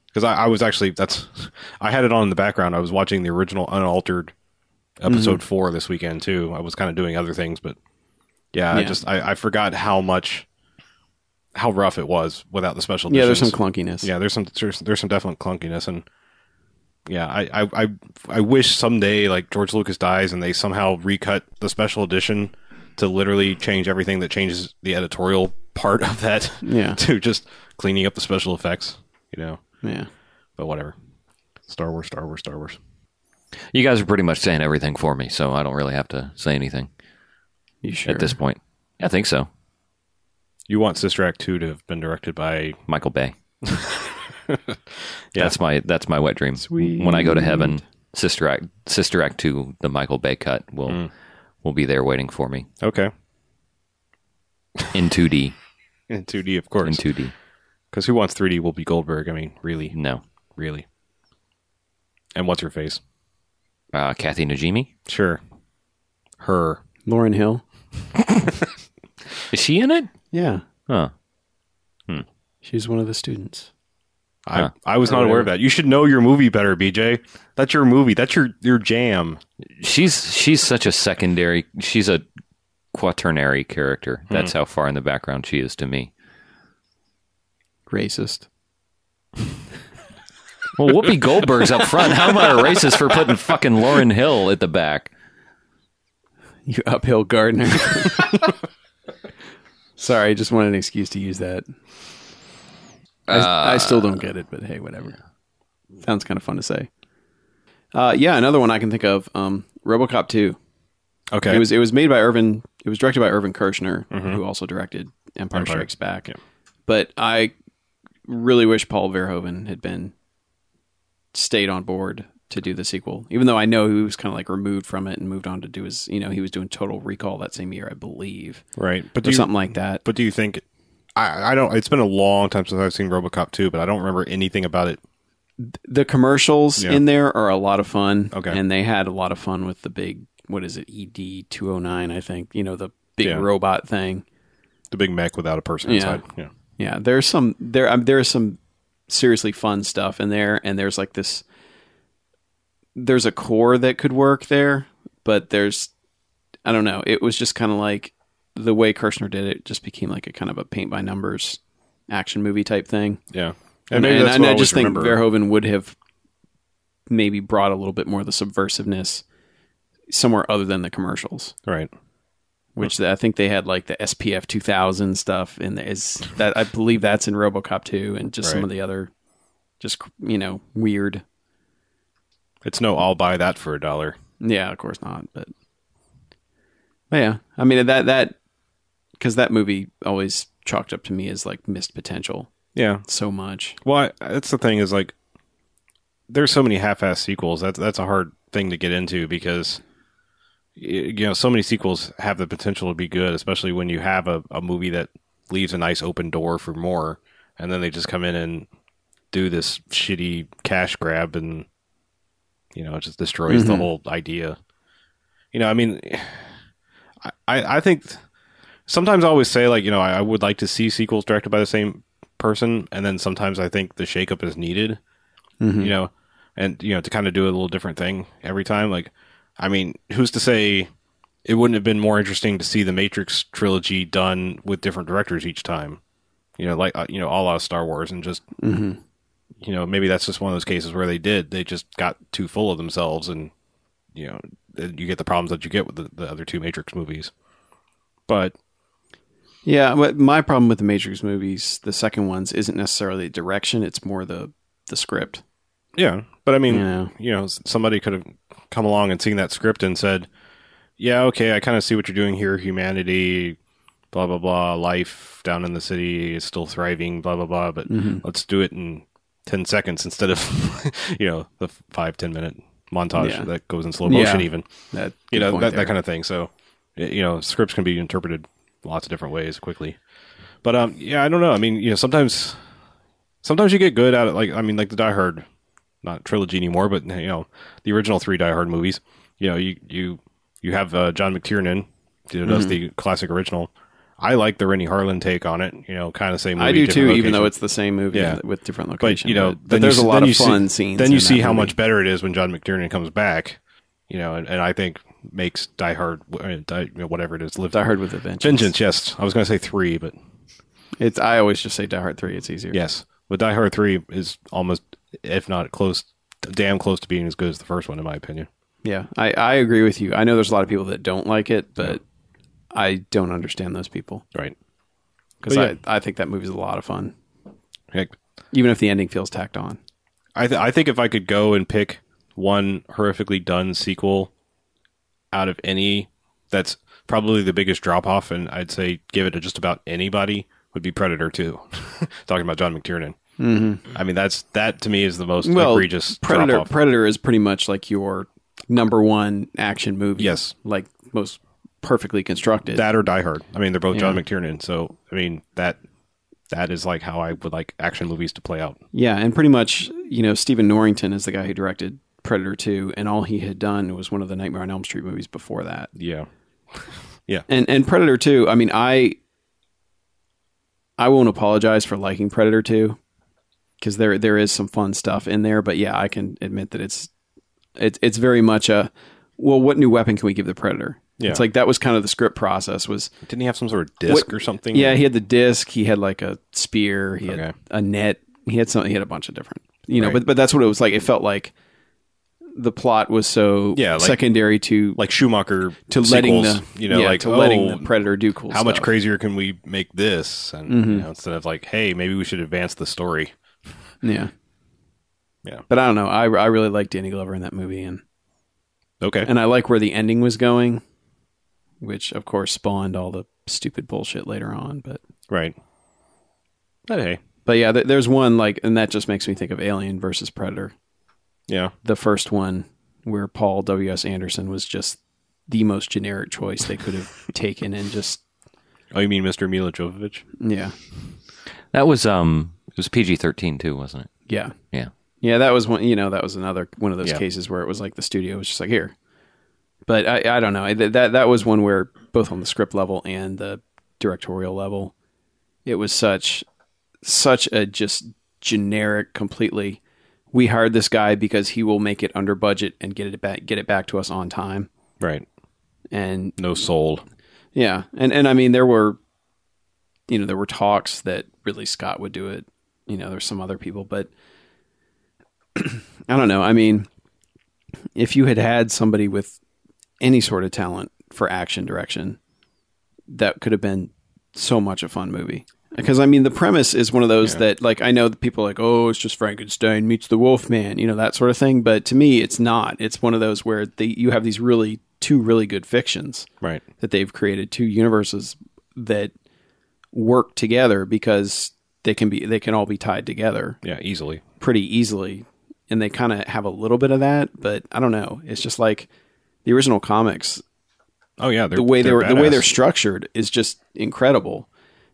because I, I was actually that's I had it on in the background. I was watching the original unaltered episode Mm-hmm. four this weekend too. I was kind of doing other things, but yeah, I Yeah. just I, I forgot how much how rough it was without the special. Yeah, there's some editions. clunkiness. Yeah, there's some there's, there's some definite clunkiness, and yeah, I, I I I wish someday like George Lucas dies and they somehow recut the special edition to literally change everything that changes the editorial part of that. Yeah. to just cleaning up the special effects, you know. yeah. But whatever. Star Wars, Star Wars, Star Wars. You guys are pretty much saying everything for me, so I don't really have to say anything You sure? at this point. I think so. You want Sister Act two to have been directed by Michael Bay. That's my that's my wet dream. When I go to heaven, Sister Act Sister Act two, the Michael Bay cut will will be there waiting for me okay in two D. in two D, of In course, two D. because who wants three D? Will be Goldberg. I mean, really, No. really. And what's her face? Uh, Kathy Najimy. Sure. Her. Lauren Hill. Is she in it? Yeah. Huh. She's one of the students. I, Huh. I was not aware of that. You should know your movie better, BJ. That's your movie. That's your, your jam. She's she's such a secondary. She's a quaternary character. That's how far in the background she is to me. Racist. Well, Whoopi Goldberg's up front. How am I a racist for putting fucking Lauren Hill at the back? You uphill gardener. Sorry, I just wanted an excuse to use that. I, I still don't get it, but hey, whatever. Sounds kind of fun to say. Uh, yeah, another one I can think of. Um, RoboCop two. Okay. It was it was made by Irvin. It was directed by Irvin Kershner, Mm-hmm. who also directed Empire, Strikes Back. But I really wish Paul Verhoeven had been stayed on board to do the sequel, even though I know he was kind of like removed from it and moved on to do his. You know, he was doing Total Recall that same year, I believe, right. But or do you, something like that. But do you think? I, I don't. It's been a long time since I've seen RoboCop 2, but I don't remember anything about it. the commercials Yeah. in there are a lot of fun. Okay. And they had a lot of fun with the big, what is it, E ED 209, I think, you know, the big Yeah. robot thing. The Big Mac without a person Yeah. inside. Yeah. Yeah. There's some, there, um, there's some seriously fun stuff in there. And there's like this, there's a core that could work there, but there's, I don't know. It was just kind of like the way Kirshner did it just became like a kind of a paint by numbers action movie type thing. Yeah. And, maybe and that's I- and what I, always just think remember. Verhoeven would have maybe brought a little bit more of the subversiveness somewhere other than the commercials, Right. which I think they had like the SPF 2000 stuff and is that I believe that's in RoboCop 2 and just some Right. of the other just you know weird. It's no. I'll buy that for a dollar. Yeah, of course not, but but yeah, I mean that that cuz that movie always chalked up to me as like missed potential Yeah. so much. Well, I, that's the thing is like, there's so many half-ass sequels. That's that's a hard thing to get into because y- you know so many sequels have the potential to be good, especially when you have a, a movie that leaves a nice open door for more, and then they just come in and do this shitty cash grab and you know it just destroys the whole idea. You know, I mean, I I I think sometimes I always say like you know I, I would like to see sequels directed by the same person, and then sometimes I think the shakeup is needed. You know, and you know to kind of do a little different thing every time. Like, I mean, who's to say it wouldn't have been more interesting to see the Matrix trilogy done with different directors each time? You know, like uh, you know, a la Star Wars, and just you know maybe that's just one of those cases where they did they just got too full of themselves, and you know th- you get the problems that you get with the, the other two Matrix movies. But Yeah, but my problem with the Matrix movies, the second ones, isn't necessarily direction; it's more the the script. Yeah, but I mean, Yeah. you know, s- somebody could have come along and seen that script and said, "Yeah, okay, I kind of see what you're doing here. Humanity, blah blah blah. Life down in the city is still thriving, blah blah blah. But let's do it in ten seconds instead of you know the f- five ten minute montage Yeah. that goes in slow motion, Yeah. even That you know that, that kind of thing. So y- you know, scripts can be interpreted lots of different ways quickly. But um, yeah, I don't know. I mean, you know, sometimes sometimes you get good at it. Like I mean, like the Die Hard, not trilogy anymore, but you know, the original three Die Hard movies. You know, you you you have uh, John McTiernan who does Mm-hmm. the classic original. I like the Rennie Harlan take on it. You know, kind of same. Movie, I do too, different even location. though it's the same movie Yeah. with different But locations. you know, but, then you there's s- a lot then of you see- fun scenes. Then in you that see how movie. much better it is when John McTiernan comes back. You know, and, and I think makes Die Hard, I mean, Die, you know, whatever it is, live Die Hard with a Vengeance. Vengeance. Yes, I was going to say three, but It's I always just say Die Hard three. It's easier. yes, but Die Hard three is almost, if not close, damn close to being as good as the first one, in my opinion. yeah. I I agree with you. I know there's a lot of people that don't like it, but I don't understand those people Right. because But yeah. I I think that movie's a lot of fun, Heck, even if the ending feels tacked on. I th- I think if I could go and pick one horrifically done sequel out of any, that's probably the biggest drop off, and I'd say give it to just about anybody would be Predator Two. Talking about John McTiernan. Mm-hmm. I mean, that's that to me is the most egregious Predator. drop off. Predator is pretty much like your number one action movie. Yes. like most perfectly constructed. that or Die Hard. I mean, they're both John McTiernan, so I mean that that is like how I would like action movies to play out. yeah, and pretty much you know Stephen Norrington is the guy who directed Predator 2, and all he had done was one of the Nightmare on Elm Street movies before that. Yeah. And and Predator 2, I mean, I I won't apologize for liking Predator 2 cuz there there is some fun stuff in there, but yeah, I can admit that it's it's it's very much a well, what new weapon can we give the Predator? Yeah. It's like that was kind of the script process was Didn't he have some sort of disc What- or something? Yeah, he had the disc. He had like a spear. He had Okay. a net. He had something. He had a bunch of different. You know, Right. but but that's what it was like. It felt like the plot was so Yeah, like- secondary to like Schumacher to sequels, letting the you know yeah, like to letting oh, the predator do cool. how much stuff. Mm-hmm. crazier can we make this? And you know, instead of like, hey, maybe we should advance the story. Yeah, Yeah. But I don't know. I I really like Danny Glover in that movie, and Okay. and I like where the ending was going, which of course spawned all the stupid bullshit later on. But right. But hey. but yeah, th- there's one like, and that just makes me think of Alien versus Predator. Yeah. the first one where Paul W.S. Anderson was just the most generic choice they could have taken and just Oh, you mean Mr. Mila Jovovich? yeah. That was um it was PG thirteen too, wasn't it? Yeah. Yeah. Yeah, that was one you know, that was another one of those Yeah. cases where it was like the studio was just like here. But I I don't know. I- That that that was one where both on the script level and the directorial level it was such such a just generic completely we hired this guy because he will make it under budget and get it back get it back to us on time Right. and No soul. Yeah, and and I mean there were, you know, there were talks that really Scott would do it. You know, there's some other people, but I don't know. I mean, if you had had somebody with any sort of talent for action direction, that could have been so much a fun movie. Because I mean, the premise is one of those that, like, I know that people are like, oh, it's just Frankenstein meets the Wolfman, you know, that sort of thing. But to me, it's not. It's one of those where they, you have these really two really good fictions, Right. that they've created two universes that work together because they can be they can all be tied together Yeah, easily. pretty easily and they kind of have a little bit of that but i don't know it's just like the original comics Oh yeah, the way they were the way they're badass. structured is just incredible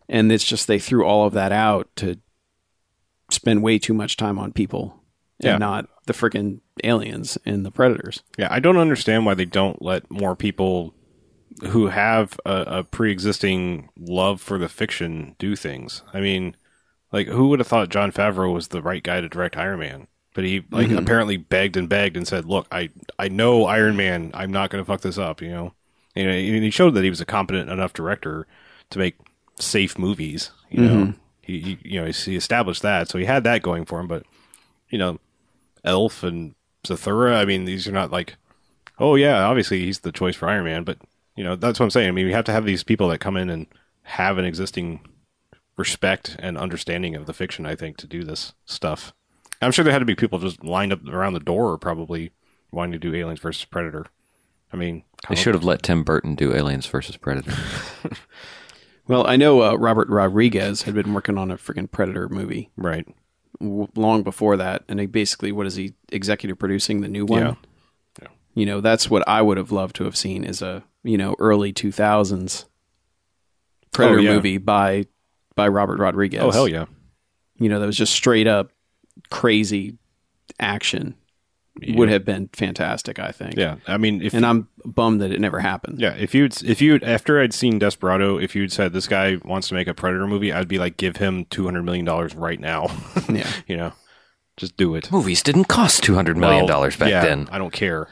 and it's just they threw all of that out to spend way too much time on people Yeah. and not the freaking aliens and the predators Yeah, I don't understand why they don't let more people who have a, a pre-existing love for the fiction do things. I mean, like who would have thought John Favreau was the right guy to direct Iron Man? But he like apparently begged and begged and said, "Look, I I know Iron Man. I'm not going to fuck this up." You know, you know, and he showed that he was a competent enough director to make safe movies. You know, he, he you know he established that, so he had that going for him. But you know, Elf and Zathura. I mean, these are not like, oh yeah, obviously he's the choice for Iron Man, but you know that's what I'm saying. I mean, we have to have these people that come in and have an existing respect and understanding of the fiction. I think to do this stuff, I'm sure there had to be people just lined up around the door, probably wanting to do Aliens versus Predator. I mean, They should have let Tim Burton do Aliens versus Predator. well i know uh, robert rodriguez had been working on a freaking predator movie right? w- long before that. And he basically, what is he executive producing the new one? Yeah. Yeah. You know, that's what I would have loved to have seen is a you know early two thousands Predator Oh, yeah. movie by by Robert Rodriguez. Oh hell yeah! You know, that was just straight up crazy action. Would have been fantastic, I think. Yeah, I mean, if And I'm bummed that it never happened. Yeah, if you'd if you'd after I'd seen Desperado, if you'd said this guy wants to make a Predator movie, I'd be like, give him two hundred million dollars right now. Yeah. you know, just do it. Movies didn't cost two hundred million dollars back Yeah, then. I don't care.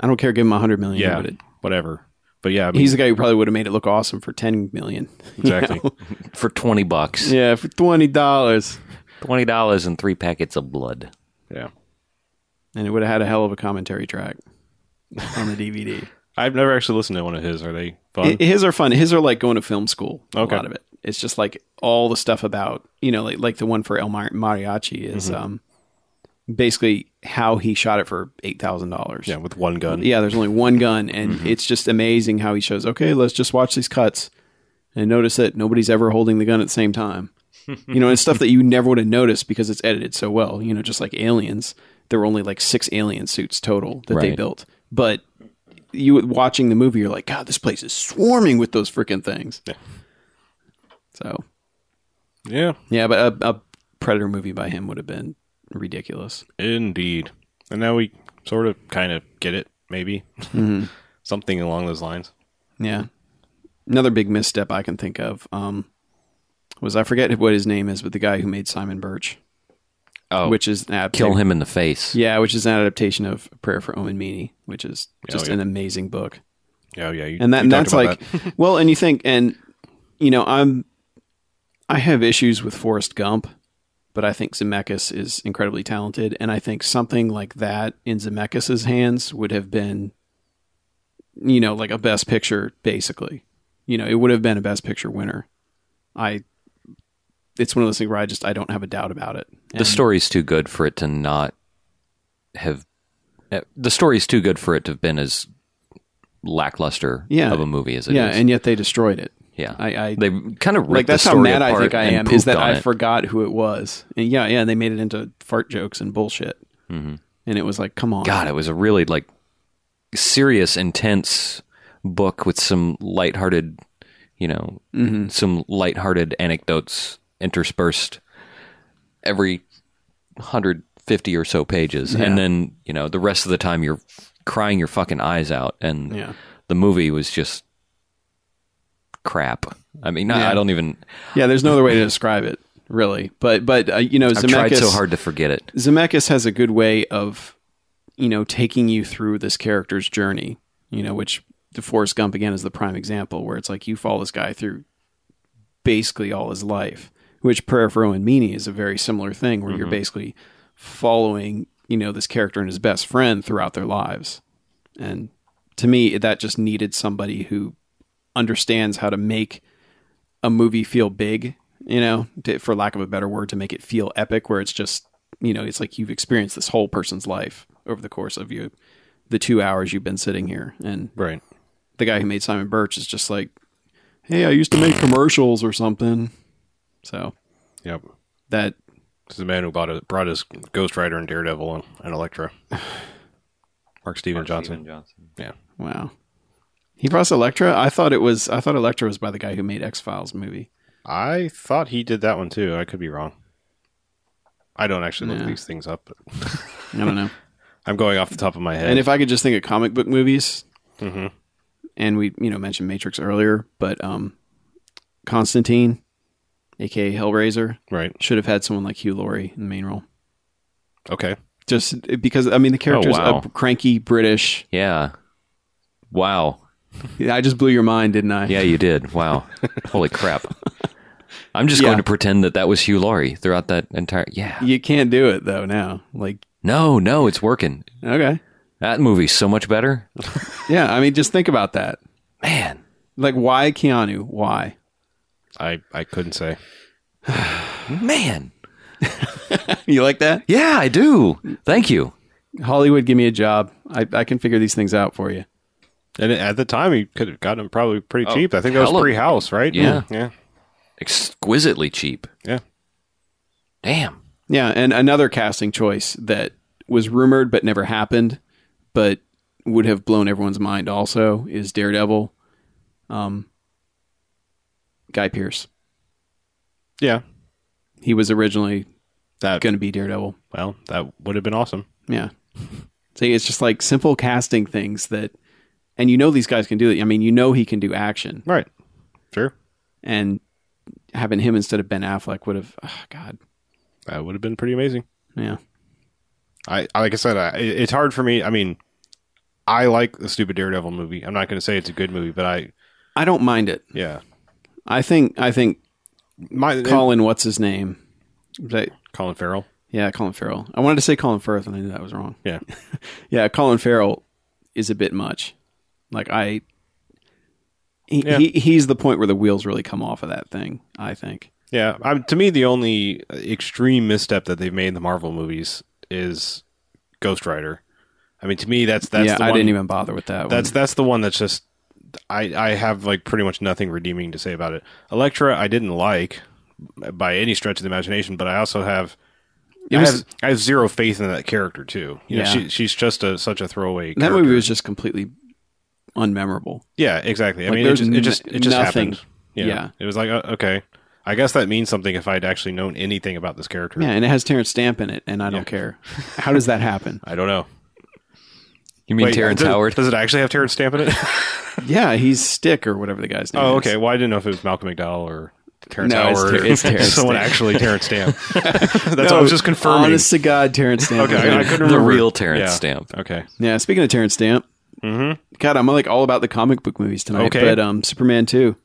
I don't care. Give him a hundred million. Yeah, but it- whatever. But yeah, I mean, he's the guy who probably would have made it look awesome for ten million. exactly. For twenty bucks. yeah, for twenty dollars. Twenty dollars and three packets of blood. yeah, and it would have had a hell of a commentary track on the DVD. I've never actually listened to one of his. Are they fun? I- His are fun. His are like going to film school. Okay. A lot of it. It's just like all the stuff about you know, like like the one for El Mar- Mariachi is Mm-hmm. um, basically how he shot it for eight thousand dollars. yeah, with one gun. Yeah, there's only one gun, and it's just amazing how he shows. Okay, let's just watch these cuts and notice that nobody's ever holding the gun at the same time. you know, and stuff that you never would have noticed because it's edited so well. You know, just like aliens, there were only like six alien suits total that they Right. built, but you watching the movie, you're like, God, this place is swarming with those freaking things. Yeah. So yeah, yeah, but a, a predator movie by him would have been ridiculous. indeed. And now we sort of kind of get it, maybe. Mm-hmm. Something along those lines. Yeah. Another big misstep I can think of um, was I forget what his name is, but the guy who made Simon Birch, Oh, which is an adapta- kill him in the face. Yeah, which is an adaptation of Prayer for Omen Meany, which is Oh, just yeah. an amazing book. Oh, yeah. You, and that you and talked that's about like well and you think and you know i'm i have issues with forrest gump but i think zemeckis is incredibly talented and i think something like that in zemeckis's hands would have been you know like a best picture basically you know it would have been a best picture winner i it's one of those things where i just i don't have a doubt about it the And- story's too good for it to not have. eh, The story's too good for it to have been as lackluster Yeah. of a movie as it is. yeah and yet they destroyed it yeah, I- I- they kind of like ripped the that's how story mad I apart think I and am is pooped that on I it. forgot who it was. And yeah, yeah, they made it into fart jokes and bullshit. And it was like, come on, Mm-hmm. God, it was a really like serious, intense book with some lighthearted, you know, Mm-hmm. some lighthearted anecdotes interspersed every 150 or so pages. And then, you know, the rest of the time you're crying your fucking eyes out. And Yeah. the movie was just crap. I mean, I, I don't even, Yeah, there's no other way to describe it, really. But but uh, you know, I've Zemeckis tried so hard to forget it. Zemeckis has a good way of, you know, taking you through this character's journey. You know, which the Forrest Gump again is the prime example where it's like you follow this guy through basically all his life. Which Prayer for Owen Meany is a very similar thing where you're basically following you know this character and his best friend throughout their lives. And to me, that just needed somebody who understands how to make a movie feel big, you know, to, for lack of a better word, to make it feel epic, where it's just, you know, it's like you've experienced this whole person's life over the course of you, the two hours you've been sitting here. And that. Right. the guy who made Simon Birch is just like, hey, I used to make commercials or something. So Yep. that, This is the man who bought it, brought his Ghost Rider and Daredevil and, and Elektra. Mark Steven Johnson. Yeah. wow. He brought Electra. I thought it was. I thought Electra was by the guy who made X Files movie. I thought he did that one too. I could be wrong. I don't actually look Yeah. these things up. But I don't know. I'm going off the top of my head. And if I could just think of comic book movies, Mm-hmm. and we you know mentioned Matrix earlier, but um, Constantine, aka Hellraiser, right. should have had someone like Hugh Laurie in the main role. Okay. Just because I mean the character's wow. a cranky British. Yeah. Wow. I just blew your mind, didn't I? Yeah, you did. Wow. Holy crap. I'm just Yeah. going to pretend that that was Hugh Laurie throughout that entire. Yeah. You can't do it though now. Like No, no, it's working. okay, That movie's so much better. yeah. I mean, just think about that. Man. Like, why Keanu? Why? I, I couldn't say. Man. You like that? Yeah, I do. Thank you. Hollywood, give me a job. I, I can figure these things out for you. And at the time, he could have gotten them probably pretty cheap. I think that hella- was pre-house, right? Mm-hmm. Yeah. Yeah. Exquisitely cheap. Yeah. Damn. Yeah, and another casting choice that was rumored but never happened, but would have blown everyone's mind also is Daredevil, um, Guy Pierce. Yeah. He was originally That going to be Daredevil. well, that would have been awesome. Yeah. So it's just like simple casting things that, and you know these guys can do it. I mean, you know he can do action, Right. Sure. and having him instead of Ben Affleck would have, oh, God, That would have been pretty amazing. yeah, I I- like I said, I, it- it's hard for me. I mean, I like the stupid Daredevil movie. I'm not going to say it's a good movie, but I I don't mind it. yeah. I think I think My Colin, what's his name? Right. Colin Farrell. Yeah, Colin Farrell. I wanted to say Colin Firth, and I knew that was wrong. Yeah. Yeah, Colin Farrell is a bit much. Like I, he, Yeah. he he's the point where the wheels really come off of that thing. I think. Yeah, I, to me, the only extreme misstep that they've made in the Marvel movies is Ghost Rider. I mean, to me, that's that's yeah, the I one, didn't even bother with that. that's one. that's the one that's just I I have like pretty much nothing redeeming to say about it. Elektra, I didn't like by any stretch of the imagination, but I also have. I, was- have, I have zero faith in that character too. You know, Yeah. she, she's just a such a throwaway. that character. movie was just completely unmemorable. Yeah, exactly. I Like, mean, it there's just, it just n- it just nothing. happened. You know? Yeah. it was like uh, okay. I guess that means something if I'd actually known anything about this character. Yeah, and it has Terrence Stamp in it, and I don't care. How does that happen? I don't know. You mean Terrence does, it- Howard? Does it actually have Terrence Stamp in it? yeah, he's Stick or whatever the guy's name. oh, is. okay. Well, I didn't know if it was Malcolm McDowell or Terrence No, it's Howard. Ter- it's or Terrence someone Stamp. actually Terrence Stamp. That's what I was just confirming. Honest to God, Terrence Stamp. okay, is in I, I it. couldn't The remember. real Terrence Yeah. Stamp. Okay. Yeah, speaking of Terrence Stamp, God, I'm like all about the comic book movies tonight. Mm-hmm. Okay. but um, Superman two,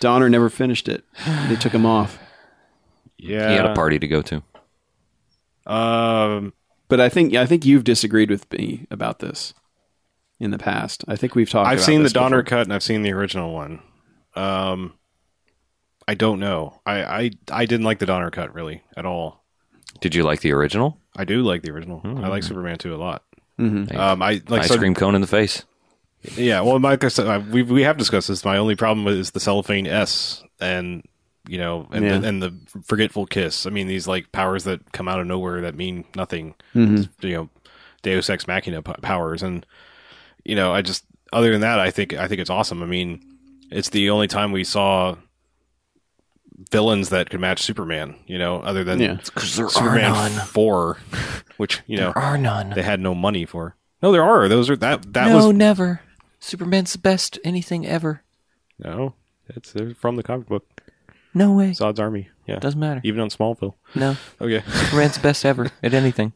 Donner never finished it. They took him off. Yeah. he had a party to go to. Um, But I think I think you've disagreed with me about this in the past. I think we've talked. I've about seen the this Donner before. cut and I've seen the original one. Um, I don't know. I, I I didn't like the Donner cut really at all. Did you like the original? I do like the original. Hmm. I like Superman two a lot. Mm-hmm. Like, Um, I like ice so- cream cone in the face. Yeah, well, Mike, I said, I- we we have discussed this. My only problem is the cellophane S and you know and the, Yeah. and the forgetful kiss. I mean, these like powers that come out of nowhere that mean nothing. Mm-hmm. You know, Deus Ex Machina p- powers, and you know, I just other than that, I think I think it's awesome. I mean, it's the only time we saw villains that could match Superman. You know, other than Yeah. Superman four, which you know are none. They had no money for. No, there are. Those are that that was never. Superman's the best anything ever. No, it's they're from the comic book. No way. Zod's Army. Yeah, matter. even on Smallville. No, Okay, Superman's best ever at anything.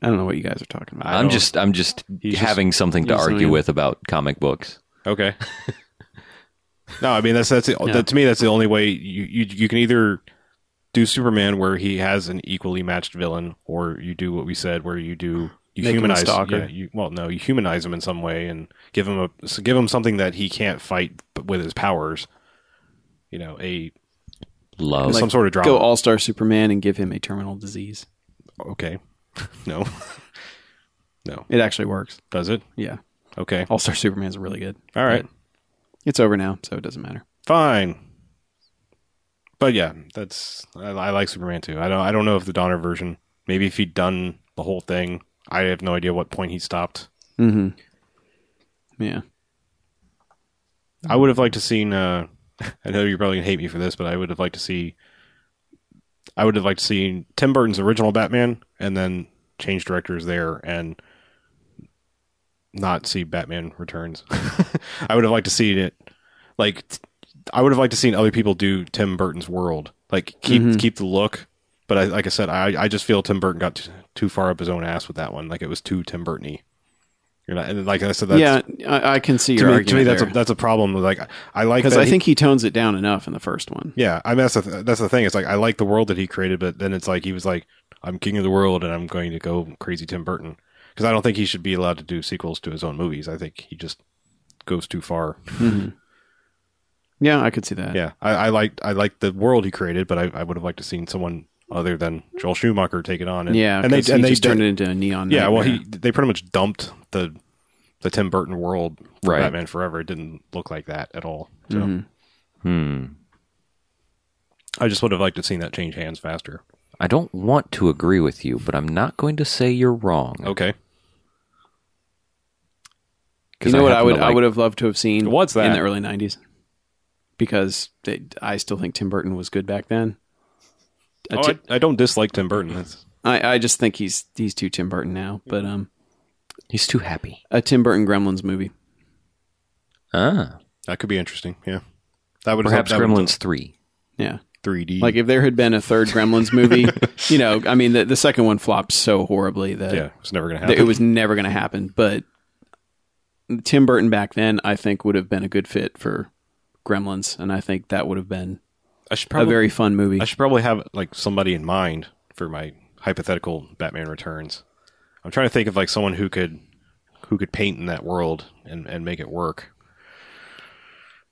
I don't know what you guys are talking about. I'm just, I'm just having something to he's argue only- with about comic books. okay. no, I mean that's that's the, that, to me that's the only way you, you you can either do Superman where he has an equally matched villain, or you do what we said where you do you Make him a humanize. stalker. yeah, you, well, no, you humanize him in some way and give him a so give him something that he can't fight b- with his powers. You know, a Love. some sort of drama. go All Star Superman and give him a terminal disease. okay, no, no, It actually works. does it? Yeah, Okay, All Star Superman's really good. all right. It's over now, so it doesn't matter. fine. But yeah, that's I, I like Superman too. I don't I don't know if the Donner version. Maybe if he'd done the whole thing, I have no idea what point he stopped. Yeah. I would have liked to seen. Uh, I know you're probably gonna hate me for this, but I would have liked to see. I would have liked to see Tim Burton's original Batman, and then change directors there, and not see Batman Returns. I would have liked to see it. Like, I would have liked to seen other people do Tim Burton's world. Like, keep keep the look. But I, like I said, I, I just feel Tim Burton got t- too far up his own ass with that one. Like it was too Tim Burton-y. You're not, and like I said, that's yeah, I, I can see your to me, argument to me that's a there. that's a problem. Like I like because that I he- think he tones it down enough in the first one. yeah, I mean, that's the th- that's the thing. It's like I like the world that he created, but then it's like he was like, I'm king of the world, and I'm going to go crazy, Tim Burton, because I don't think he should be allowed to do sequels to his own movies. I think he just goes too far. Yeah, I could see that. yeah, I, I like I like the world he created, but I, I would have liked to seen someone other than Joel Schumacher take it on. And, yeah, and they he and they just did- turned it into a neon. Yeah, well, nightmare. he they pretty much dumped the the Tim Burton world for Right. Batman Forever. It didn't look like that at all. So. Hmm. I just would have liked to have seen that change hands faster. I don't want to agree with you, but I'm not going to say you're wrong. Okay. You 'Cause know what I happen would to like- I would have loved to have seen What's that? in the early '90s, because they, I still think Tim Burton was good back then. A Oh, Ti- I, I don't dislike Tim Burton. That's, I, I just think he's he's too Tim Burton now, but um, He's too happy. a Tim Burton Gremlins movie. Ah, that could be interesting. Yeah. That would perhaps that would- Gremlins three. Yeah, 3D. like if there had been a third Gremlins movie, you know, I mean, the, the second one flopped so horribly that yeah, it's never going to that happen. it was never going to happen. But Tim Burton back then, I think, would have been a good fit for Gremlins, and I think that would have been I should probably a very fun movie. I should probably have like somebody in mind for my hypothetical Batman Returns. I'm trying to think of like someone who could who could paint in that world and and make it work.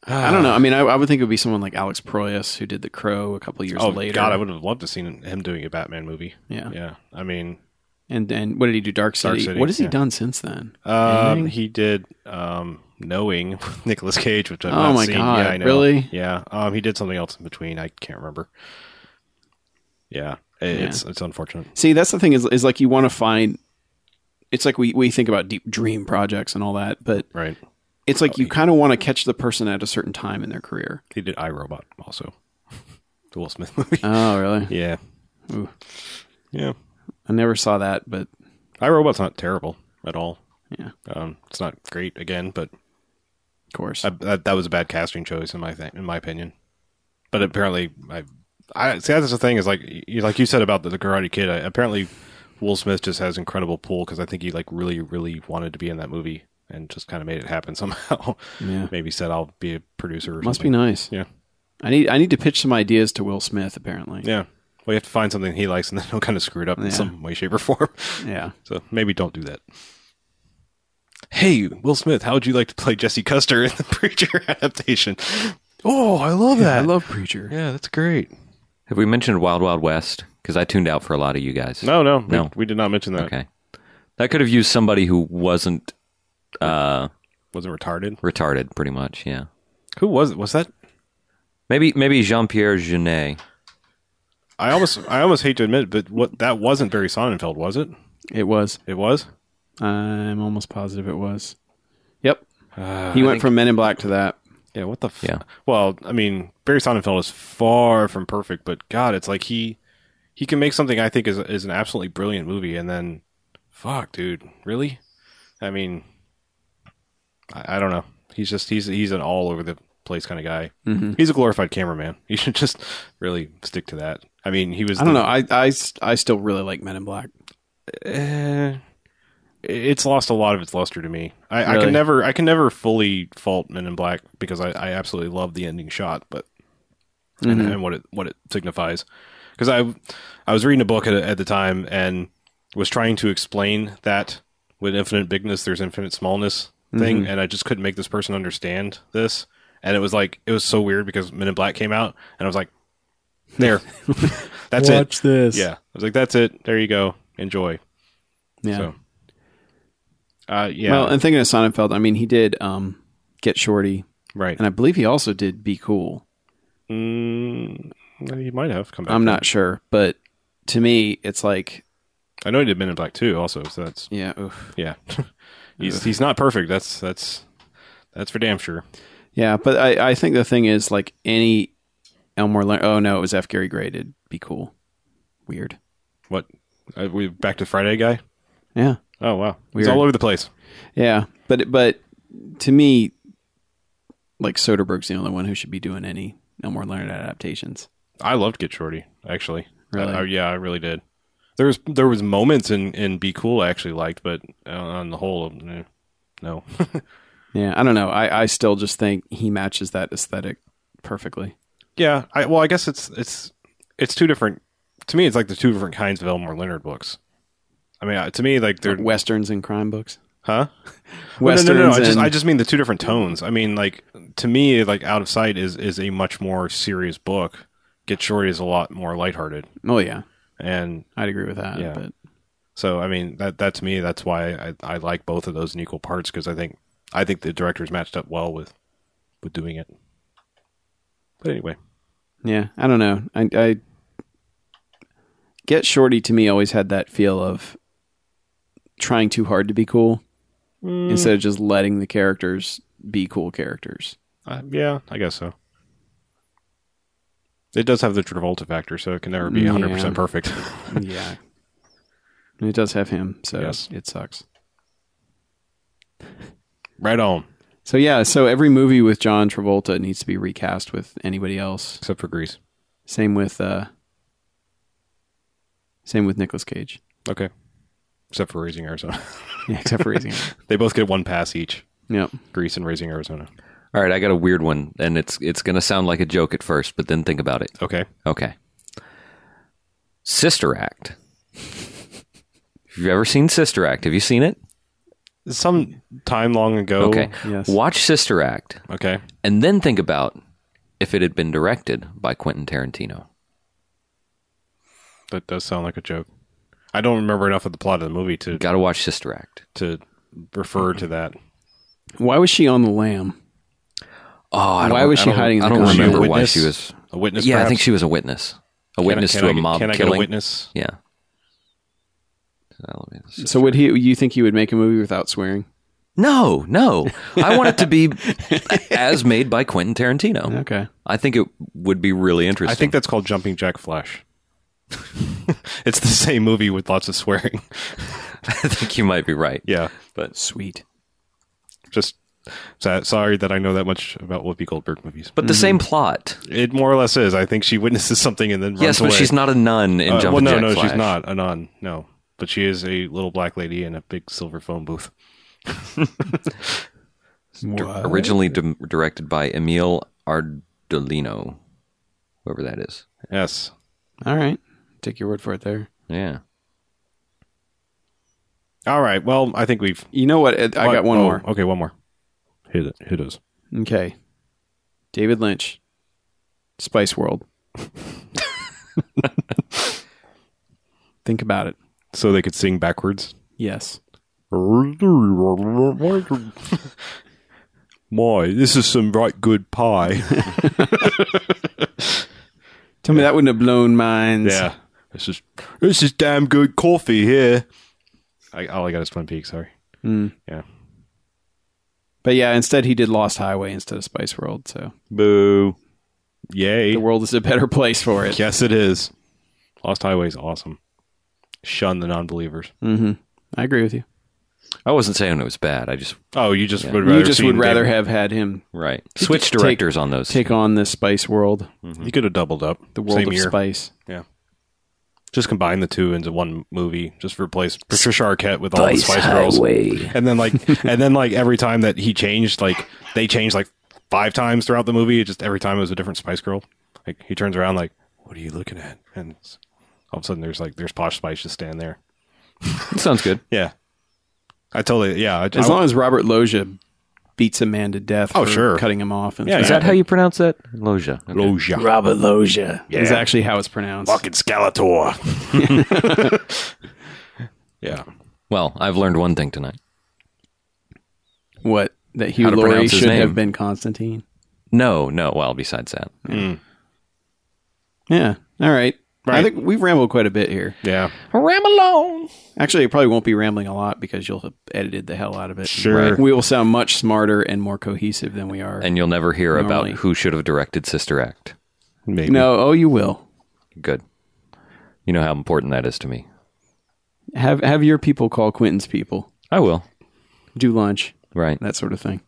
I don't know. I mean, I, I would think it would be someone like Alex Proyas who did The Crow a couple years Oh later. God, I would have loved to have seen him doing a Batman movie. Yeah. yeah. I mean, And and what did he do? Dark City. Uh, City, what has he yeah. done since then? um, he did um, Knowing with Nicolas Cage, which I've Oh, not my seen. God, yeah, I know. really? Yeah, um, he did something else in between. I can't remember. Yeah, it- it's it's unfortunate. See, that's the thing is is like you want to find. It's like we, we think about deep dream projects and all that, but Right. Oh, it's like you kind of want to catch the person at a certain time in their career. He did iRobot also. the Will Smith movie. Oh, really? yeah. Yeah. I never saw that, but I Robot's not terrible at all. yeah, Um, it's not great again, but of course. I, that, that was a bad casting choice in my th- in my opinion. But apparently, I, I see that's the thing is like you, like you said about the, the Karate Kid. I, apparently, Will Smith just has incredible pull because I think he like really really wanted to be in that movie and just kind of made it happen somehow. Yeah. Maybe said I'll be a producer. Or Must be something. nice. Yeah, I need I need to pitch some ideas to Will Smith. Apparently, yeah. Well, you have to find something he likes and then he'll kind of screw it up Yeah. in some way, shape, or form. yeah. So maybe don't do that. Hey, Will Smith, how would you like to play Jesse Custer in the Preacher adaptation? Oh, I love that. I love Preacher. Yeah, that's great. Have we mentioned Wild Wild West? Because I tuned out for a lot of you guys. No, no, No. We, we did not mention that. Okay. That could have used somebody who wasn't uh, Was it retarded? retarded, pretty much. Yeah. Who was it? Was that? Maybe maybe Jean Pierre Genet. I almost, I almost hate to admit, it, but what that wasn't Barry Sonnenfeld, was it? It was. It was. I'm almost positive it was. Yep. he went from Men in Black to that. Yeah. What the? F- Yeah. Well, I mean, Barry Sonnenfeld is far from perfect, but God, it's like he, he can make something I think is is an absolutely brilliant movie, and then, fuck, dude, really? I mean, I, I don't know. He's just he's he's an all over the place kind of guy. He's a glorified cameraman. He should just really stick to that. I mean, he was. I don't the- know. I, I, s- I still really like Men in Black. Eh, it's lost a lot of its luster to me. I, I Really? can never, I can never fully fault Men in Black because I, I absolutely love the ending shot, but and, and what it what it signifies. Because I, I was reading a book at, at the time and was trying to explain that with infinite bigness, there's infinite smallness thing, and I just couldn't make this person understand this. And it was like it was so weird because Men in Black came out, and I was like, "There, that's Watch it." this. Yeah, I was like, "That's it. There you go. Enjoy." Yeah. So, uh, yeah, Well, and thinking of Sonnenfeld, I mean, he did um, Get Shorty, right. and I believe he also did Be Cool. mm, he might have come back. I'm to not sure, but to me, it's like, it. I know he did Men in Black too, also. So that's yeah, oof. yeah. he's he's not perfect. That's that's that's for damn sure. yeah. But I, I think the thing is, like, any Elmore, Leonard, oh no, it was F. Gary Gray did Be Cool. Weird. What? Are we back to Friday guy? Yeah. Oh wow, Weird. he's all over the place. Yeah, but but to me, like Soderbergh's the only one who should be doing any Elmore Leonard adaptations. I loved Get Shorty actually. Really? I- I- yeah, I really did. There was there was moments in in Be Cool I actually liked, but uh, on the whole, eh, no. Yeah, I don't know. I I still just think he matches that aesthetic perfectly. Yeah, I well, I guess it's it's it's two different. To me, it's like the two different kinds of Elmore Leonard books. I mean, uh, to me, like they're Westerns and crime books. huh? Well, Westerns no, no, no. I just and I just mean the two different tones. I mean, like to me, like Out of Sight is is a much more serious book. Get Shorty is a lot more lighthearted, oh yeah, and I'd agree with that. Yeah. But so I mean that that to me that's why I, I like both of those in equal parts because I think I think the directors matched up well with with doing it. But anyway, yeah, I don't know. I I get Shorty to me always had that feel of trying too hard to be cool Mm. instead of just letting the characters be cool characters. Uh, yeah, I guess so. It does have the Travolta factor, so it can never be Yeah. 100% perfect. Yeah. And it does have him, so Yes. it sucks. right on, So yeah, so every movie with John Travolta needs to be recast with anybody else. except for Grease. Same with uh same with Nicolas Cage. Okay. Except for Raising Arizona. Yeah, except for Raising Arizona. they both get one pass each Yep. Grease and Raising Arizona. All right, I got a weird one, and it's it's going to sound like a joke at first, but then think about it. Okay. Okay. Sister Act. Have you ever seen Sister Act? Have you seen it? Some time long ago. Okay. yes. Watch Sister Act Okay. and then think about if it had been directed by Quentin Tarantino. That does sound like a joke. I don't remember enough of the plot of the movie to Got to watch Sister Act. to refer to that. Why was she on the lamb? Oh, I Why don't- was I she don't- hiding in I the don't closet? remember why Witness? she was. A witness. Yeah, I perhaps? think she was a witness. A Can I- witness can to I a get- mob Can I killing. get a witness? Yeah. So, let me- So would he you think he would make a movie without swearing? No, no. I want it to be as made by Quentin Tarantino. Okay. I think it would be really interesting. I think that's called Jumping Jack Flash. it's the same movie with lots of swearing. I think you might be right. Yeah, But Sweet. just sa- sorry that I know that much about Whoopi Goldberg movies. But but the same plot. it more or less is. I think she witnesses something and then runs yes, but away. she's not a nun in Uh, Jumpin' well, no, Jack no, Flash. she's not a nun. No, but she is a little black lady in a big silver phone booth. Originally di- directed by Emil Ardolino, whoever that is. Yes, All right. Take your word for it there. Yeah. All right. Well, I think we've. You know what? I What? got one Oh, more. Okay, one more. Hit it. Hit us. oh. Okay. David Lynch. Spice World. Think about it. So they could sing backwards. Yes. My, this is some right good pie. Tell me that wouldn't have blown minds. yeah. This is this is damn good coffee here. Hmm. I, all I got is Twin Peaks. Sorry. Yeah. But yeah, instead he did Lost Highway instead of Spice World, so Boo. Yay. the world is a better place for it. Yes, it is. Lost Highway is awesome. Shun the non-believers. I agree with you. I wasn't saying it was bad. I just, Oh, you just would rather you just would seen rather David- have had him right. Switch take- directors on those. take on the Spice World, You could have doubled up the world Same of year. spice. Yeah. Just combine the two into one movie. Just replace Patricia Arquette with all the Spice Spice Girls. Highway. And then like and then like every time that he changed, like they changed like five times throughout the movie. It just every time it was a different Spice Girl. Like he turns around like, What are you looking at? And it's, all of a sudden there's like there's posh spice just standing there. Sounds good. Yeah. I totally yeah, I, I- As long as Robert Loja beats a man to death Oh, for sure. cutting him off. And Yeah, stuff. Is that how you pronounce that? Loja. Okay. Loja. Robert Loja. is actually how it's pronounced. Fucking Skeletor. yeah. Well, I've learned one thing tonight. What? That Hugh to Laurie pronounce his should have name. been Constantine. No, no. Well, besides that. Yeah. All right. I Right. think we've rambled quite a bit here. Yeah. Actually, it probably won't be rambling a lot because you'll have edited the hell out of it. Sure. Right. We will sound much smarter and more cohesive than we are. And you'll never hear Normally. about who should have directed Sister Act. Maybe. no, oh, you will. Good. You know how important that is to me. Have have your people call Quentin's people. I will. Do lunch, Right. that sort of thing.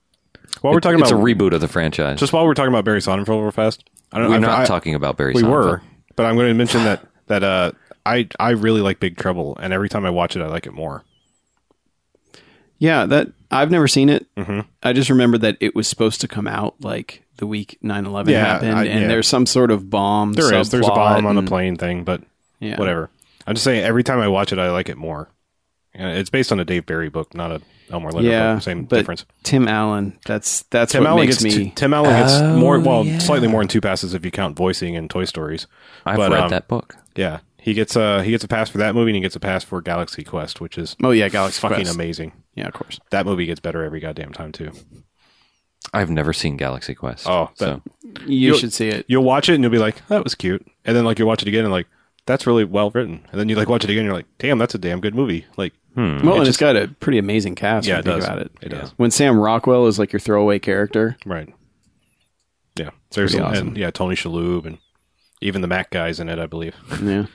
While we're talking it's about a reboot of the franchise. just while we're talking about Barry Sonnenfeld real fast. I don't We're I- not I- talking about Barry. We Sonnenfeld. were, but I'm going to mention that that uh, I I really like Big Trouble, and every time I watch it, I like it more. Yeah, that I've never seen it. Mm-hmm. I just remember that it was supposed to come out like the week 9-11 Yeah, happened, I- and yeah. there's some sort of bomb. There is there's a subplot bomb on the and- plane thing, but Yeah. whatever. I'm just saying, every time I watch it, I like it more. And it's based on a Dave Barry book, not a Elmore Leonard Yeah, book. Same but difference. Tim Allen. That's that's Tim what Allen makes gets me. two- Tim Allen gets Oh, more well slightly more than two passes if you count voicing and Toy Stories. I've But, read um, that book. Yeah, he gets a he gets a pass for that movie, and he gets a pass for Galaxy Quest, which is oh yeah, Galaxy fucking Quest. amazing. Yeah, of course. That movie gets better every goddamn time too. I've never seen Galaxy Quest. Oh, that- so You You'll- should see it. you'll watch it and you'll be like, that was cute. And then like you watch it again and like, that's really well written. And then you like watch it again and you're like, damn, that's a damn good movie. Like, Well, and it's got a pretty amazing cast. Yeah, when it you think does. About it. It does. When Sam Rockwell is like your throwaway character, right. Yeah. There's pretty awesome. and, yeah, Tony Shalhoub and even the Mac guys in it, I believe. yeah,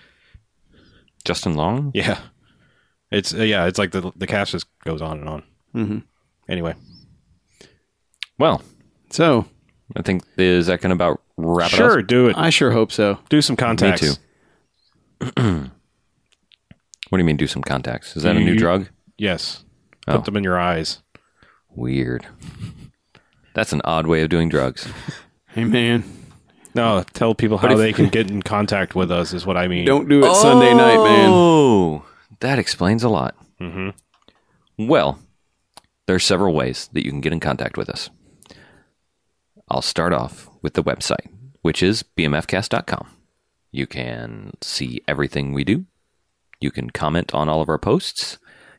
Justin Long. yeah. It's uh, yeah, it's like the the cast just goes on and on. Mm-hmm. Anyway, Well, So I think is that can about wrap it sure, up. do it. I sure hope so. do some contacts. too. What do you mean? Do some contacts? Is that a new You- drug? Yes. Oh. Put them in your eyes. Weird. That's an odd way of doing drugs. Hey man, No, tell people how they can get in contact with us is what I mean. don't do it Sunday night, man. Oh, that explains a lot. Mm-hmm. Well, there are several ways that you can get in contact with us. I'll start off with the website, which is bmfcast.com. You can see everything we do. You can comment on all of our posts.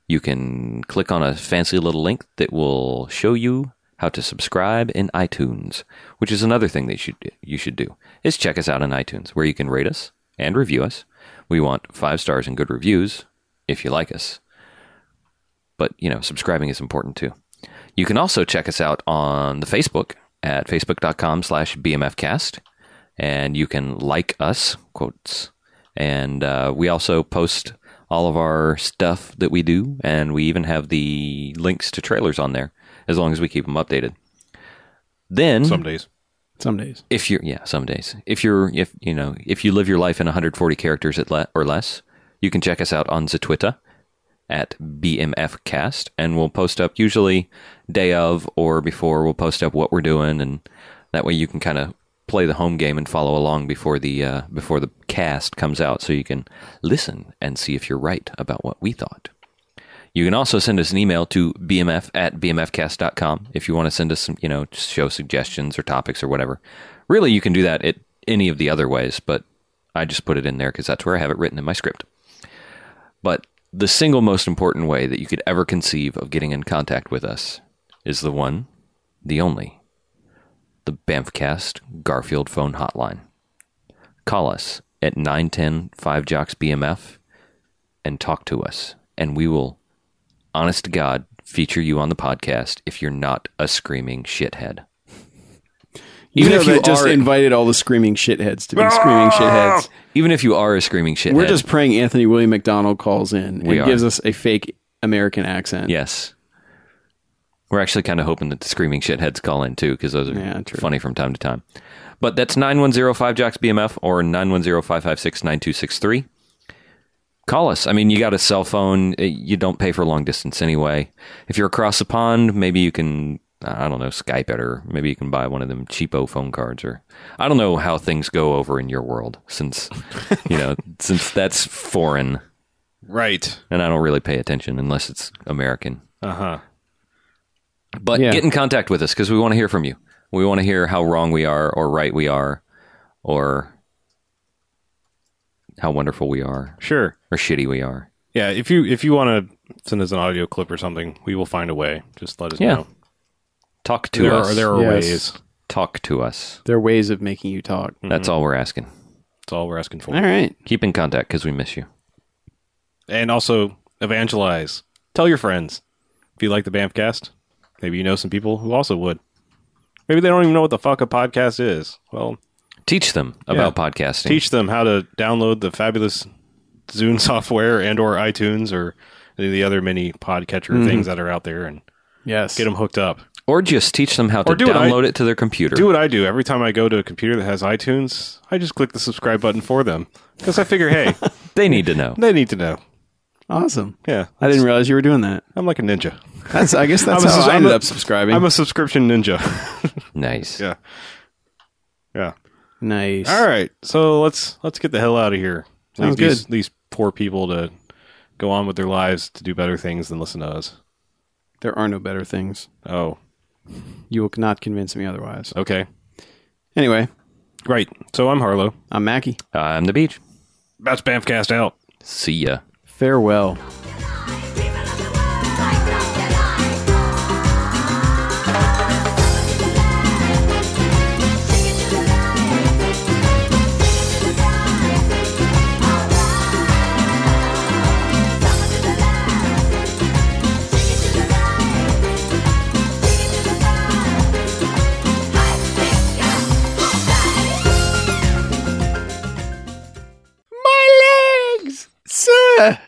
You can click on a fancy little link that will show you how to subscribe in iTunes, which is another thing that you should, you should do, is check us out on iTunes, where you can rate us and review us. We want five stars and good reviews if you like us. But, you know, subscribing is important too. You can also check us out on the Facebook at facebook.com slash bmfcast. And you can like us, quotes. And uh, we also post all of our stuff that we do. And we even have the links to trailers on there as long as we keep them updated. Then Some days. Some days. if you're yeah some days if you're if you know if you live your life in 140 characters at le- or less you can check us out on Zatwitter at bmfcast and we'll post up usually day of or before we'll post up what we're doing and that way you can kind of play the home game and follow along before the uh, before the cast comes out so you can listen and see if you're right about what we thought you can also send us an email to bmf at bmfcast.com if you want to send us some, you know, show suggestions or topics or whatever. Really, you can do that at any of the other ways, but I just put it in there because that's where I have it written in my script. But the single most important way that you could ever conceive of getting in contact with us is the one, the only, the Banffcast Garfield phone hotline. Call us at 910 5 Jocks BMF and talk to us, and we will honest to God, feature you on the podcast if you're not a screaming shithead. Even know if you that just just invited all the screaming shitheads to be screaming shitheads. Even if you are a screaming shithead, We're just praying Anthony William McDonald calls in We and are. gives us a fake American accent. yes. We're actually kind of hoping that the screaming shitheads call in too, because those are Yeah, true. funny from time to time. But that's 9105 Jocks BMF or 910 556 9263. Call us. I mean, you got a cell phone. uh, You don't pay for long distance anyway. If you're across the pond, maybe you can, I don't know, Skype it or maybe you can buy one of them cheapo phone cards or I don't know how things go over in your world since, you know, since that's foreign Right. and I don't really pay attention unless it's American. Uh huh. But Yeah. get in contact with us because we want to hear from you. We want to hear how wrong we are or right we are or how wonderful we are Sure. or shitty we are. Yeah. If you if you want to send us an audio clip or something, we will find a way. Just let us Yeah. know. Talk to There us. are there are Yes. ways. Talk to us. Their ways of making you talk. Mm-hmm. That's all we're asking. That's all we're asking for. All right. Keep in contact because we miss you. And also evangelize. Tell your friends. If you like the Bamfcast, maybe you know some people who also would. Maybe they don't even know what the fuck a podcast is. Well, Teach them about podcasting. teach them how to download the fabulous Zune software and or iTunes or any of the other many podcatcher Mm-hmm. things that are out there and Yes. get them hooked up. Or just teach them how to Or do what I- download it to their computer. Do what I do every time I go to a computer that has iTunes. I just click the subscribe button for them because I figure, hey, They need to know. they need to know. Awesome. Yeah, I didn't realize you were doing that. I'm like a ninja. That's. I guess that's I'm a how sus- I I'm ended a- up subscribing. I'm a subscription ninja. Nice. yeah, yeah. nice. All right, so let's let's get the hell out of here. Sounds Leave these, good. these poor people to go on with their lives to do better things than listen to us. There are no better things. Oh, You will not convince me otherwise. okay. Anyway, Right. So I'm Harlow. I'm Mackie. I'm the beach. That's Bamfcast out. See ya. Farewell. My legs, sir.